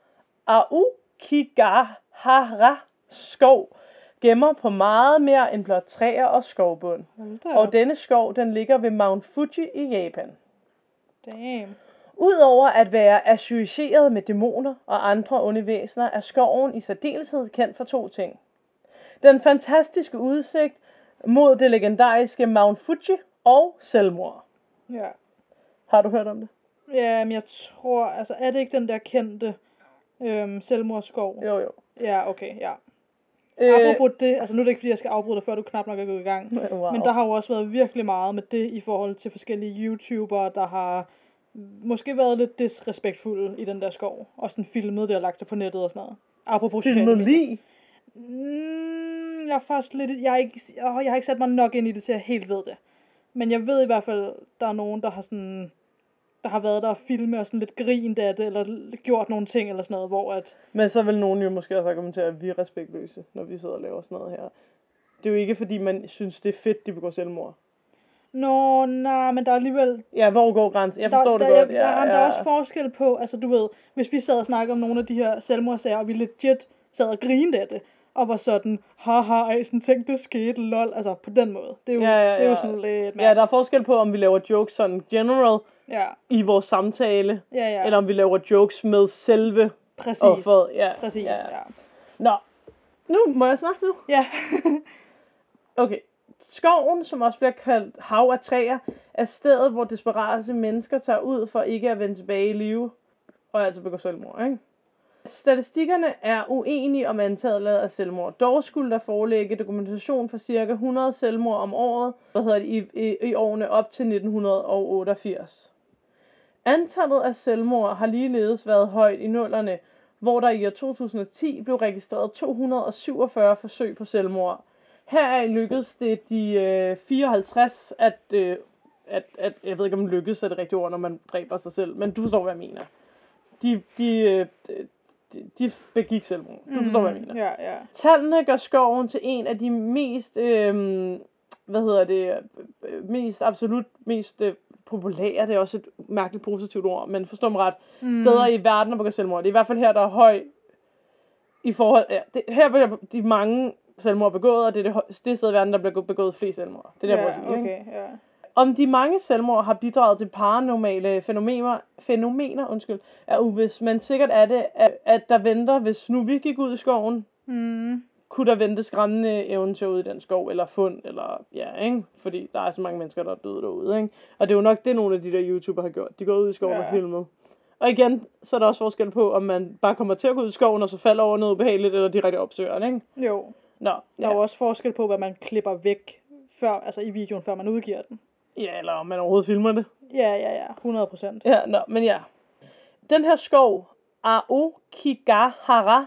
Aokigahara skov gemmer på meget mere end blot træer og skovbund.
Hold da.
Og denne skov, den ligger ved Mount Fuji i Japan.
Damn.
Udover at være associeret med dæmoner og andre onde væsener, er skoven i særdeleshed kendt for to ting. Den fantastiske udsigt mod det legendariske Mount Fuji og selvmord.
Ja.
Har du hørt om det?
Ja, men jeg tror, altså er det ikke den der kendte øhm, selvmordsskov?
Jo, jo.
Ja, okay, ja.
Øh,
Apropos det, altså nu er det ikke fordi, jeg skal afbryde dig, før du knap nok er gået i gang.
wow.
Men der har jo også været virkelig meget med det i forhold til forskellige YouTubere, der har måske været lidt disrespektfulde i den der skov. Og sådan filmet det og lagt det på nettet og sådan noget. Apropos sociale
filmet
medier.
lige.
Mm, jeg er faktisk lidt... Jeg har, ikke, åh, jeg har ikke sat mig nok ind i det, til at jeg helt ved det. Men jeg ved i hvert fald, der er nogen, der har sådan der har været der og filme og sådan lidt grint af det, eller gjort nogle ting eller sådan noget, hvor at...
Men så vil nogen jo måske også argumentere, at vi er respektløse, når vi sidder og laver sådan noget her. Det er jo ikke, fordi man synes, det er fedt, de begår selvmord.
Nå, nej, men der er alligevel
Ja, hvor går grænsen? Jeg forstår
der,
det
der,
godt.
Der,
ja,
der,
ja.
der er også forskel på, altså du ved, hvis vi sad og snakkede om nogle af de her selvmordssager, og vi legit sad og grinede af det, og var sådan, haha, ej, sådan tænkte, det skete, lol, altså på den måde. Det er jo,
Ja, ja,
det er jo
ja.
sådan lidt
ja, der er forskel på, om vi laver jokes sådan general
ja,
i vores samtale,
ja, ja,
ja. eller om vi laver jokes med selve
præcis,
offeret. Ja,
præcis,
ja.
ja.
Nå, nu må jeg snakke nu.
Ja,
Okay. Skoven, som også bliver kaldt hav af træer, er stedet, hvor desperate mennesker tager ud for ikke at vende tilbage i live, og altså begår selvmord, ikke? Statistikkerne er uenige om antallet af selvmord. Dog skulle der forelægge dokumentation for ca. 100 selvmord om året, hvad hedder det, i, i, i årene op til 1988. Antallet af selvmord har ligeledes været højt i nullerne, hvor der i år 2010 blev registreret 247 forsøg på selvmord. Heraf lykkedes det de øh, 54 at, øh, at, at, jeg ved ikke om lykkedes er det rigtige ord, når man dræber sig selv, men du forstår, hvad jeg mener. De, de, øh, de, de begik selvmord. Du forstår, hvad jeg mener.
Ja, ja.
Tallene gør skoven til en af de mest, øhm, hvad hedder det, øh, mest absolut mest øh, populære, det er også et mærkeligt positivt ord, men forstå mig ret, mm. steder i verden, der begår selvmord. Det er i hvert fald her, der er høj i forhold, ja, det, her bliver de mange selvmord begået, og det er det, høj- det sted i verden, der bliver begået flest selvmord. Det er det, jeg prøver at sige,
ja,
ikke?
okay, ja.
Om de mange selvmord har bidraget til paranormale fænomener, fænomener undskyld, er uvis, men sikkert er det, at, at der venter, hvis nu vi gik ud i skoven,
Mm,
kunne der vente skræmmende eventyr ud i den skov, eller fund, eller ja, ikke? Fordi der er så mange mennesker, der er døde derude, ikke? Og det er jo nok det, nogle af de der YouTuber har gjort. De går ud i skoven
Ja.
ja. og filmer. Og igen, så er der også forskel på, om man bare kommer til at gå ud i skoven, og så falder over noget ubehageligt, eller direkte opsøger det, ikke?
jo,
Nå,
der
ja.
er jo også forskel på, hvad man klipper væk før, altså i videoen, før man udgiver den.
ja, eller om man overhovedet filmer det.
Ja, ja, ja, 100 procent.
Ja, nå, men ja. Den her skov, Aokigahara,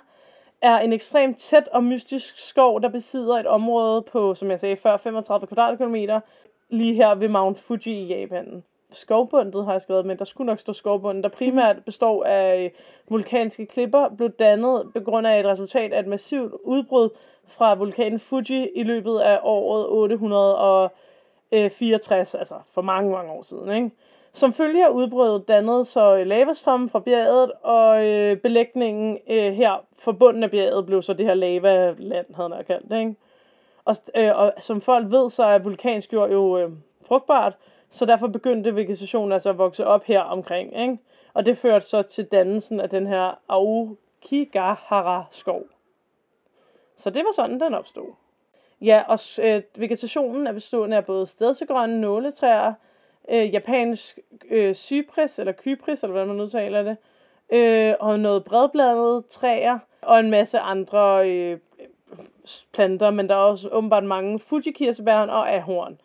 er en ekstremt tæt og mystisk skov, der besidder et område på, som jeg sagde før, 35 kvadratkilometer, lige her ved Mount Fuji i Japan. Skovbundet har jeg skrevet, men der skulle nok stå skovbunden, der primært består af øh, vulkanske klipper, blev dannet på grund af et resultat af et massivt udbrud fra vulkanen Fuji i løbet af året 864, altså for mange, mange år siden, ikke? Som følge af udbruddet dannede så øh, lavastommen fra bjerget, og øh, belægningen øh, her for bunden af bjerget blev så det her lavaland, havde man kaldt det, ikke? Og, st- øh, og som folk ved, så er vulkansk jord jo øh, frugtbart, så derfor begyndte vegetationen altså at vokse op her omkring, ikke? Og det førte så til dannelsen af den her Aokigahara-skov. Så det var sådan, den opstod. Ja, og s- øh, vegetationen er bestående af både stedsegrønne nåletræer, øh, japansk øh, cypris, eller kypris, eller hvordan man udtaler det, øh, og noget bredbladede træer, og en masse andre øh, s- planter, men der er også åbenbart mange fujikirsebær og ahorn.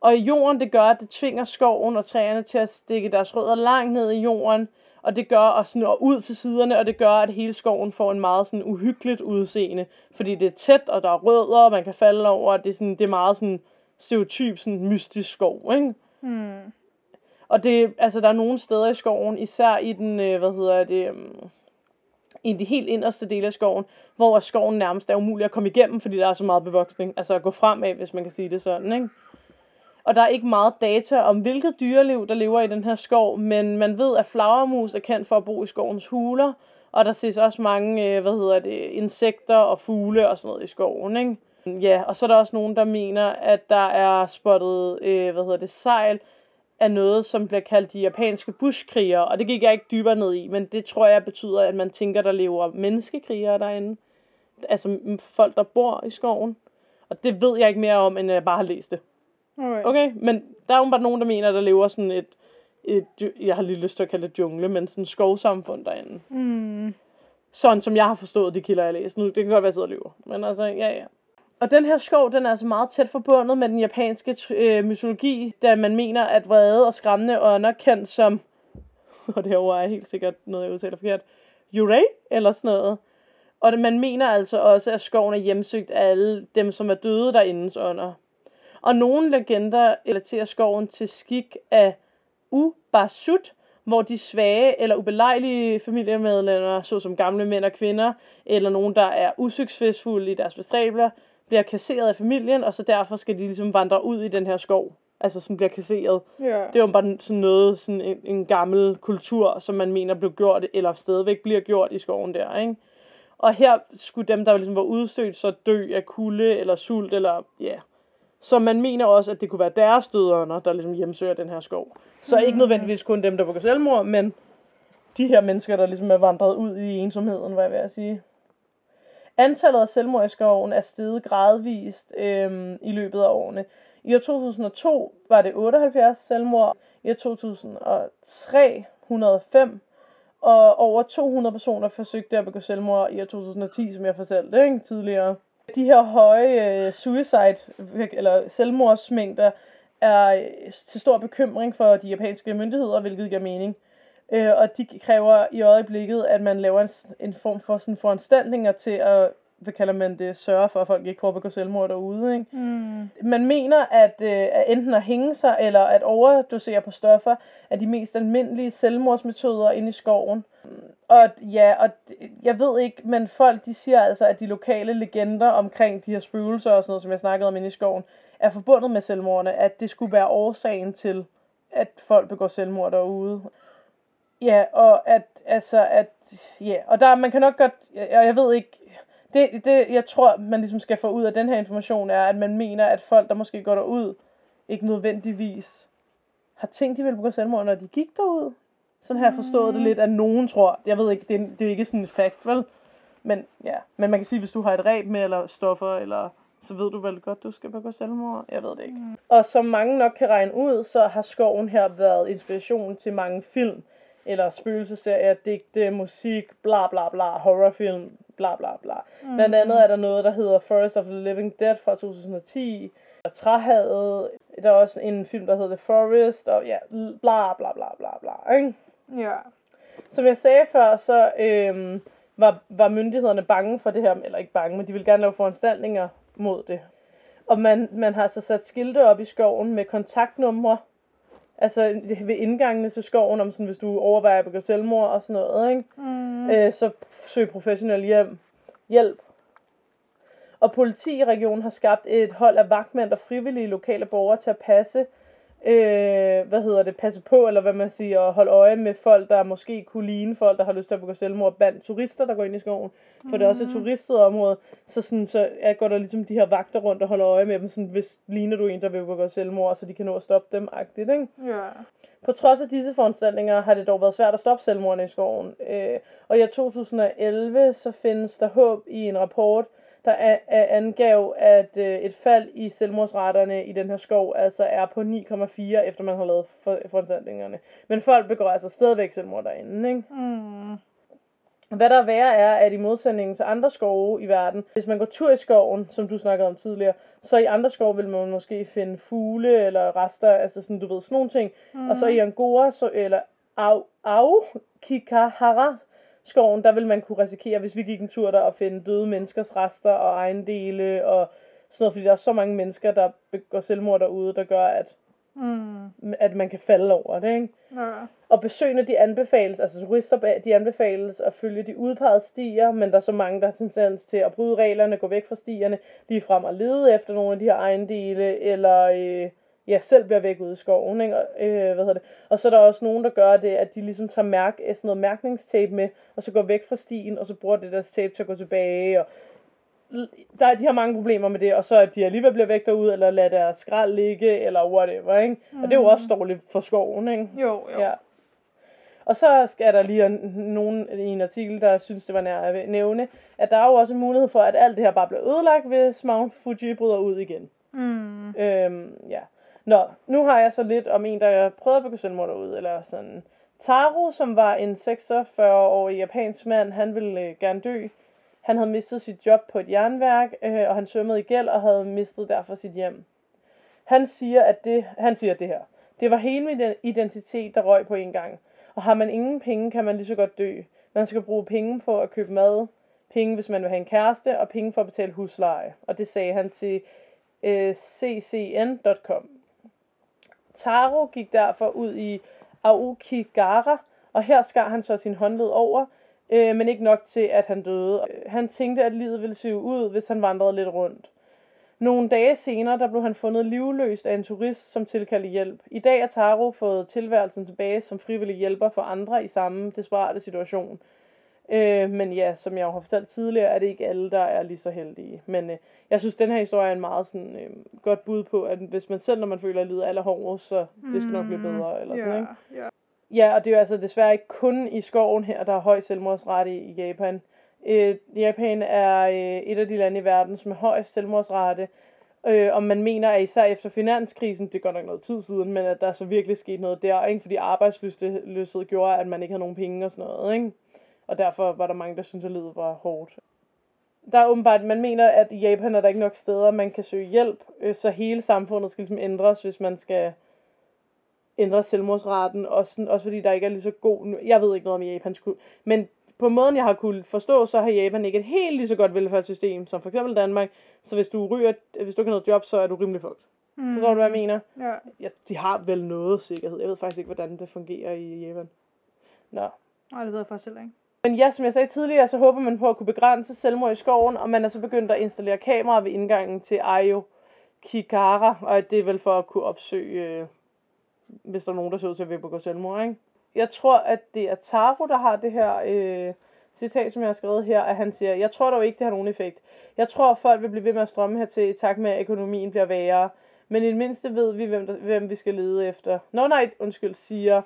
Og i jorden, det gør, at det tvinger skoven og træerne til at stikke deres rødder langt ned i jorden, og det gør og sådan, og ud til siderne, og det gør, at hele skoven får en meget sådan, uhyggeligt udseende, fordi det er tæt, og der er rødder, og man kan falde over, og det er, sådan, det er meget sådan, stereotyp, sådan mystisk skov, ikke?
Mm.
Og det, altså, der er nogle steder i skoven, især i den, øh, hvad hedder det, øhm, i de helt inderste dele af skoven, hvor skoven nærmest er umulig at komme igennem, fordi der er så meget bevoksning. Altså at gå fremad, hvis man kan sige det sådan, ikke? Og der er ikke meget data om, hvilket dyreliv, der lever i den her skov, men man ved, at flagermus er kendt for at bo i skovens huler, og der ses også mange, øh, hvad hedder det, insekter og fugle og sådan noget i skoven, ikke? Ja, og så er der også nogen, der mener, at der er spottet, øh, hvad hedder det, sejl af noget, som bliver kaldt de japanske bushkrigere, og det gik jeg ikke dybere ned i, men det tror jeg betyder, at man tænker, der lever menneskekrigere derinde. Altså m- folk, der bor i skoven. Og det ved jeg ikke mere om, end at jeg bare har læst det.
Okay. okay.
Okay, men der er jo bare nogen, der mener, der lever sådan et, et, dy- jeg har lige lyst til at kalde det jungle, men sådan et skovsamfund derinde.
Mm.
Sådan som jeg har forstået de kilder, jeg læser. Nu, det kan godt være, at jeg sidder og lyver. Men altså, ja, ja. Og den her skov, den er altså meget tæt forbundet med den japanske øh, mytologi, da man mener, at vrede og skræmmende ånder kendt som, og det her ord er helt sikkert noget, jeg udtaler forkert, yurei eller sådan noget. Og det- man mener altså også, at skoven er hjemsøgt af alle dem, som er døde derindens ånder. Og nogle legender relaterer skoven til skik af Ubasut, hvor de svage eller ubelejlige familiemedlemmer, såsom gamle mænd og kvinder, eller nogen, der er usuccesfulde i deres bestræbler, bliver kasseret af familien, og så derfor skal de ligesom vandre ud i den her skov. Altså sådan bliver kasseret.
Ja.
Det er jo bare sådan noget, sådan en, en gammel kultur, som man mener blev gjort, eller stadigvæk bliver gjort i skoven der, ikke? Og her skulle dem, der ligesom var udstødt, så dø af kulde eller sult, eller ja. Så man mener også, at det kunne være deres dødånder, der ligesom hjemsøger den her skov. Så ikke nødvendigvis kun dem, der begår selvmord, men de her mennesker, der ligesom er vandret ud i ensomheden, hvad jeg vil sige. Antallet af selvmord i skoven er steget gradvist øhm, i løbet af årene. I år 2002 var det 78 selvmord, i år 2003 105, og over 200 personer forsøgte at begå selvmord i år 2010, som jeg fortalte ikke, tidligere. De her høje øh, suicide, eller selvmordsmængder, er øh, til stor bekymring for de japanske myndigheder, hvilket giver mening. Øh, og de kræver i øjeblikket, at man laver en, s- en form for sådan foranstaltninger til at, hvad kalder man det, sørge for, at folk ikke prøver at begå selvmord derude, ikke?
Mm.
man mener, at, øh, at enten at hænge sig eller at overdosere på stoffer er de mest almindelige selvmordsmetoder inde i skoven. Og ja, og d- jeg ved ikke, men folk de siger altså, at de lokale legender omkring de her spøgelser og sådan noget, som jeg snakkede om inde i skoven, er forbundet med selvmordene, at det skulle være årsagen til, at folk begår selvmord derude. Ja, og at, altså, at, ja, og der, man kan nok godt, og jeg ved ikke, det, det, jeg tror, man ligesom skal få ud af den her information, er, at man mener, at folk, der måske går derud, ikke nødvendigvis har tænkt, de ville begå selvmord, når de gik derud. Sådan har jeg forstået det lidt, at nogen tror. Jeg ved ikke, det er, det er jo ikke sådan et fact, vel? Men ja, men man kan sige, hvis du har et ræb med, eller stoffer, eller så ved du vel godt, du skal begå selvmord. Jeg ved det ikke. Mm. Og som mange nok kan regne ud, så har skoven her været inspiration til mange film, eller spøgelseserier, digte, musik, bla bla bla, horrorfilm, bla bla bla. Mm. Blandt andet er der noget, der hedder Forest of the Living Dead fra 2010, og Træhavet, der er også en film, der hedder The Forest, og ja, bla bla bla bla bla, ikke?
Ja.
Som jeg sagde før, så øhm, var, var myndighederne bange for det her, eller ikke bange, men de ville gerne lave foranstaltninger mod det. Og man, man har så sat skilte op i skoven med kontaktnumre, altså ved indgangene til skoven, om sådan, hvis du overvejer at begå selvmord og sådan noget, ikke?
Mm.
øh, så søg professionel hjem. hjælp. Og politi i regionen har skabt et hold af vagtmænd og frivillige lokale borgere til at passe, øh, hvad hedder det, passe på, eller hvad man siger, og holde øje med folk, der måske kunne ligne folk, der har lyst til at begå selvmord, blandt turister, der går ind i skoven, for det er også et turistet område, så, sådan, så ja, går der ligesom de her vagter rundt og holder øje med dem, sådan, hvis ligner du en, der vil begå selvmord, så de kan nå at stoppe dem, agtigt, ikke?
Ja.
På trods af disse foranstaltninger har det dog været svært at stoppe selvmordene i skoven. Øh, og i år 2011 så findes der håb i en rapport, der a- a- angav, at øh, et fald i selvmordsretterne i den her skov altså er på 9,4, efter man har lavet for- foranstaltningerne. Men folk begår altså stadigvæk selvmord derinde, ikke?
Mm.
Hvad der er værre er, at i modsætning til andre skove i verden, hvis man går tur i skoven, som du snakkede om tidligere, så i andre skove vil man måske finde fugle eller rester, altså sådan, du ved, sådan nogle ting. Mm. Og så i Angora, så, eller Au, Au Kikahara skoven, der vil man kunne risikere, hvis vi gik en tur der, at finde døde menneskers rester og ejendele og sådan noget, fordi der er så mange mennesker, der begår selvmord derude, der gør, at,
Mm.
at man kan falde over det, ikke?
Ja.
Og besøgende, de anbefales, altså turister, bag- de anbefales at følge de udpegede stier, men der er så mange, der har tendens til at bryde reglerne, gå væk fra stierne, lige frem og lede efter nogle af de her ejendele, eller øh, ja, selv bliver væk ude i skoven, ikke? Og, øh, hvad hedder det? Og så er der også nogen, der gør det, at de ligesom tager mærk, sådan noget mærkningstape med, og så går væk fra stien, og så bruger det deres tape til at gå tilbage, og der er de har mange problemer med det, og så at de alligevel bliver væk derud, eller lader deres skrald ligge, eller whatever, ikke? Mm. Og det er jo også dårligt for skoven, ikke?
Jo, jo.
Ja. Og så skal der lige en- nogen i en artikel, der synes, det var nær at nævne, at der er jo også en mulighed for, at alt det her bare bliver ødelagt, hvis Mount Fuji bryder ud igen.
Mm.
Øhm, ja. Nå, nu har jeg så lidt om en, der prøvede at begå selvmord derude, eller sådan. Taro, som var en 46-årig japansk mand, han ville øh, gerne dø. Han havde mistet sit job på et jernværk, øh, og han svømmede i gæld og havde mistet derfor sit hjem. Han siger, at det, han siger det her. Det var hele min identitet, der røg på en gang. Og har man ingen penge, kan man lige så godt dø. Man skal bruge penge på at købe mad, penge, hvis man vil have en kæreste, og penge for at betale husleje. Og det sagde han til øh, ccn.com. Taro gik derfor ud i Aokigara, og her skar han så sin håndled over, øh, men ikke nok til, at han døde. Øh, Han tænkte, at livet ville se ud, hvis han vandrede lidt rundt. Nogle dage senere, der blev han fundet livløst af en turist, som tilkaldte hjælp. I dag er Taro fået tilværelsen tilbage som frivillig hjælper for andre i samme desperate situation. Øh, men ja, som jeg jo har fortalt tidligere, er det ikke alle, der er lige så heldige. Men øh, jeg synes, den her historie er en meget sådan, øh, godt bud på, at hvis man selv, når man føler, at livet er allerhårdest, så det skal nok blive bedre. Eller sådan,
Mm, ja,
ikke?
Ja.
Ja, og det er jo altså desværre ikke kun i skoven her, der er høj selvmordsrate i Japan. Øh, Japan er øh, et af de lande i verden, som er højst selvmordsrate. Øh, og man mener, at især efter finanskrisen, det er godt nok noget tid siden, men at der så virkelig skete noget der, ikke? fordi arbejdsløshed gjorde, at man ikke havde nogen penge og sådan noget. Ikke? Og derfor var der mange, der syntes, at livet var hårdt. Der er åbenbart, man mener, at i Japan er der ikke nok steder, man kan søge hjælp, øh, så hele samfundet skal ligesom ændres, hvis man skal ændre selvmordsraten, også, sådan, også fordi der ikke er lige så god... nu- Jeg ved ikke noget om Japans kultur, men på måden, jeg har kunne forstå, så har Japan ikke et helt lige så godt velfærdssystem som for eksempel Danmark, så hvis du ryger, hvis du ikke har noget job, så er du rimelig fucked.
Mm.
Forstår du, hvad jeg mener?
Ja.
Ja, de har vel noget sikkerhed. Jeg ved faktisk ikke, hvordan det fungerer i Japan. Nå.
Nej, det ved jeg faktisk heller ikke.
Men ja, som jeg sagde tidligere, så håber man på at kunne begrænse selvmord i skoven, og man er så begyndt at installere kameraer ved indgangen til Ayo Kikara, og at det er vel for at kunne opsøge, øh, hvis der er nogen, der ser ud til at ville begå selvmord, ikke? Jeg tror, at det er Taro, der har det her øh, citat, som jeg har skrevet her, at han siger, jeg tror dog ikke, det har nogen effekt. Jeg tror, at folk vil blive ved med at strømme hertil, i takt med, at økonomien bliver værre. Men i det mindste ved vi, hvem, der, hvem vi skal lede efter. Nå nej, undskyld, siger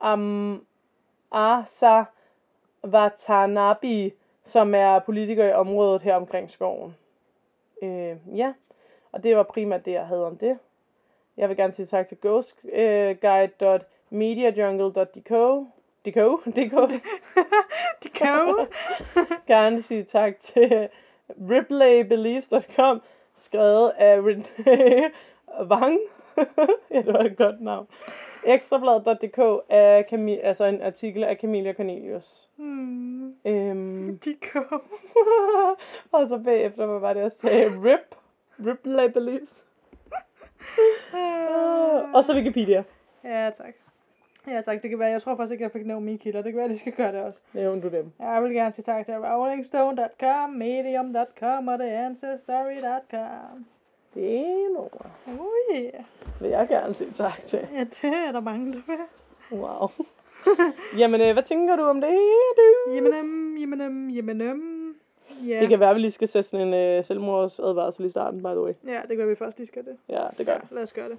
Am Asa Watanabe, som er politiker i området her omkring skoven. Øh, ja, og det var primært det, jeg havde om det. Jeg vil gerne sige tak til ghostguide.mediajungle.dk DK, DK.
De kan jo.
Gerne sige tak til riplaybeliefs.com, skrevet af Renee Wang. ja, det var et godt navn. Ekstrabladet.dk er Camille, altså en artikel af Camilla Cornelius.
Hmm.
Øhm,
De kan jo.
og så bagefter, hvad var det, jeg sagde? RIP. RIP Labelies.
Ah.
Og så Wikipedia.
Ja, tak. Ja, tak. Det kan være, jeg tror faktisk ikke, jeg fik nævnt mine kilder. Det kan være, de skal gøre det også.
Nævn du dem.
Jeg vil gerne sige tak til rollingstone.com, medium.com og theancestry.com.
Det er nogle,
Ui, yeah.
vil jeg gerne sige tak til.
ja, det er der mange, der vil.
Wow. Jamen, øh, hvad tænker du om det her, du?
Jamen, øhm, jamen, øhm, jamen, øhm. Ja.
Det kan være, at vi lige skal sætte sådan en øh, selvmordsadvarsel i starten, by the way.
ja, det kan være, vi først lige skal det.
Ja, det gør
Ja,
det.
lad os gøre det.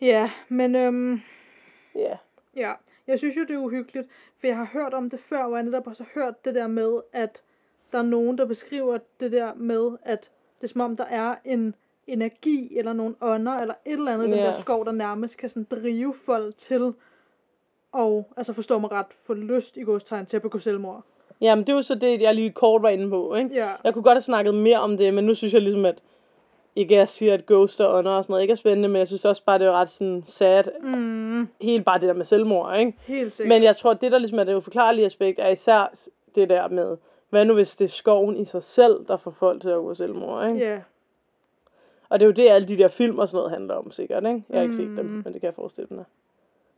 Ja, men øhm,
Ja.
ja. Jeg synes jo, det er uhyggeligt, for jeg har hørt om det før, hvor jeg netop også har hørt det der med, at der er nogen, der beskriver det der med, at det er som om, der er en energi, eller nogle ånder, eller et eller andet, yeah. den
Ja.
der skov, der nærmest kan sådan drive folk til, og altså forstå mig ret, få lyst i godstegn til at begå selvmord.
Jamen, det er jo så det, jeg lige kort var inde på, ikke?
Ja,
Jeg kunne godt have snakket mere om det, men nu synes jeg ligesom, at ikke at jeg siger, at ghost og ånder og sådan noget ikke er spændende, men jeg synes også bare, det er ret sådan sad.
mm,
Helt bare det der med selvmord, ikke?
helt sikkert.
Men jeg tror, det der ligesom er det uforklarlige aspekt, er især det der med, hvad nu hvis det er skoven i sig selv, der får folk til at gå selvmord, ikke? Yeah.
Ja,
Og det er jo det, alle de der film og sådan noget handler om, sikkert, ikke? Jeg har ikke set dem,
Mm.
men det kan jeg forestille mig.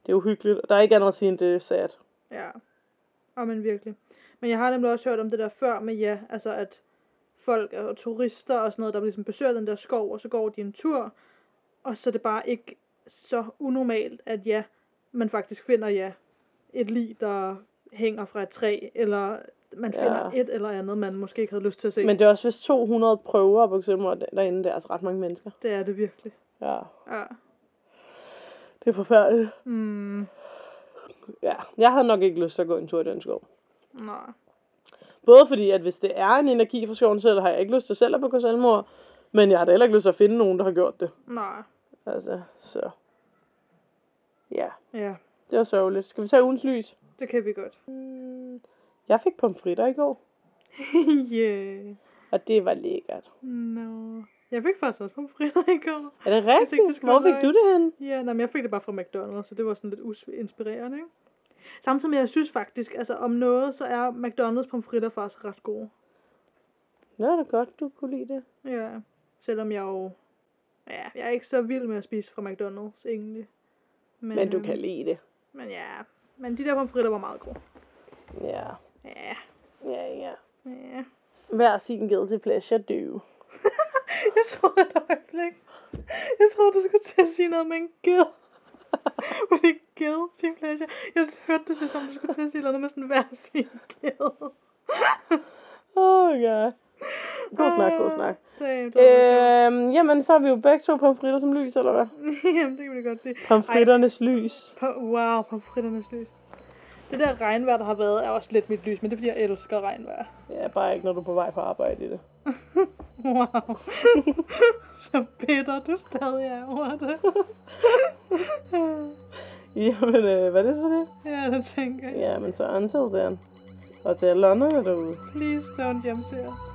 Det er uhyggeligt, og der er ikke andet at sige, end det er sad.
ja. Og men virkelig. Men jeg har nemlig også hørt om det der før med, ja, altså at folk og turister og sådan noget, der ligesom besøger den der skov, og så går de en tur, og så er det bare ikke så unormalt, at ja, man faktisk finder, ja, et lig, der hænger fra et træ, eller man finder ja. et eller andet, man måske ikke havde lyst til at se.
Men det er også vist 200 prøver på selvmord derinde. Det er altså ret mange mennesker.
det er det virkelig.
Ja,
Ja.
det er forfærdeligt.
Mm,
Ja, jeg havde nok ikke lyst til at gå en tur i den skov.
nej.
Både fordi, at hvis det er en energi fra skoven selv, har jeg ikke lyst til selv at begå selvmord. Men jeg har da heller ikke lyst til at finde nogen, der har gjort det.
Nej.
Altså, så... Ja,
Ja,
det var sørgeligt. Skal vi tage ugens lys?
det kan vi godt.
Mm, Jeg fik pomfritter i går,
yeah.
og det var lækkert.
Nå. Jeg fik faktisk også pomfritter i går.
Er det
Hvis ikke, det
rigtigt?
skulle være
Hvor fik du det hen?
Ja, nej, men jeg fik det bare fra McDonald's, så det var sådan lidt uinspirerende, ikke? Samtidig med, at jeg synes faktisk, altså om noget, så er McDonald's pomfritter faktisk ret gode.
Nå, det er godt, du kunne lide det.
Ja, selvom jeg jo... Ja, jeg er ikke så vild med at spise fra McDonald's, egentlig.
Men du
øhm,
kan lide det.
Men ja, men de der pomfritter var meget gode.
Ja,
Ja,
ja, ja.
ja.
Hver sin guilty pleasure, du.
Jeg troede et øjeblik. Jeg troede, du skulle til at sige noget med en ged. Men det er guilty pleasure. Jeg hørte det, så som du skulle til at sige noget med sådan hver sin ged.
Åh, oh, ja. God snak, god snak.
Damn, det var øh...
Øhm, jamen, så er vi jo begge to pomfritter som lys, eller hvad?
Jamen, det kan vi godt sige.
Pomfritternes lys.
På, wow, pomfritternes lys. Det der regnvejr, der har været, er også lidt mit lys, men det er fordi, jeg elsker regnvejr.
Ja, bare ikke, når du er på vej på arbejde i det.
Wow. så bitter du stadig er over det.
Jamen, øh, hvad er det så det?
ja, det tænker jeg.
Jamen, så until then. Og til alle andre derude.
Please don't hjemsøge.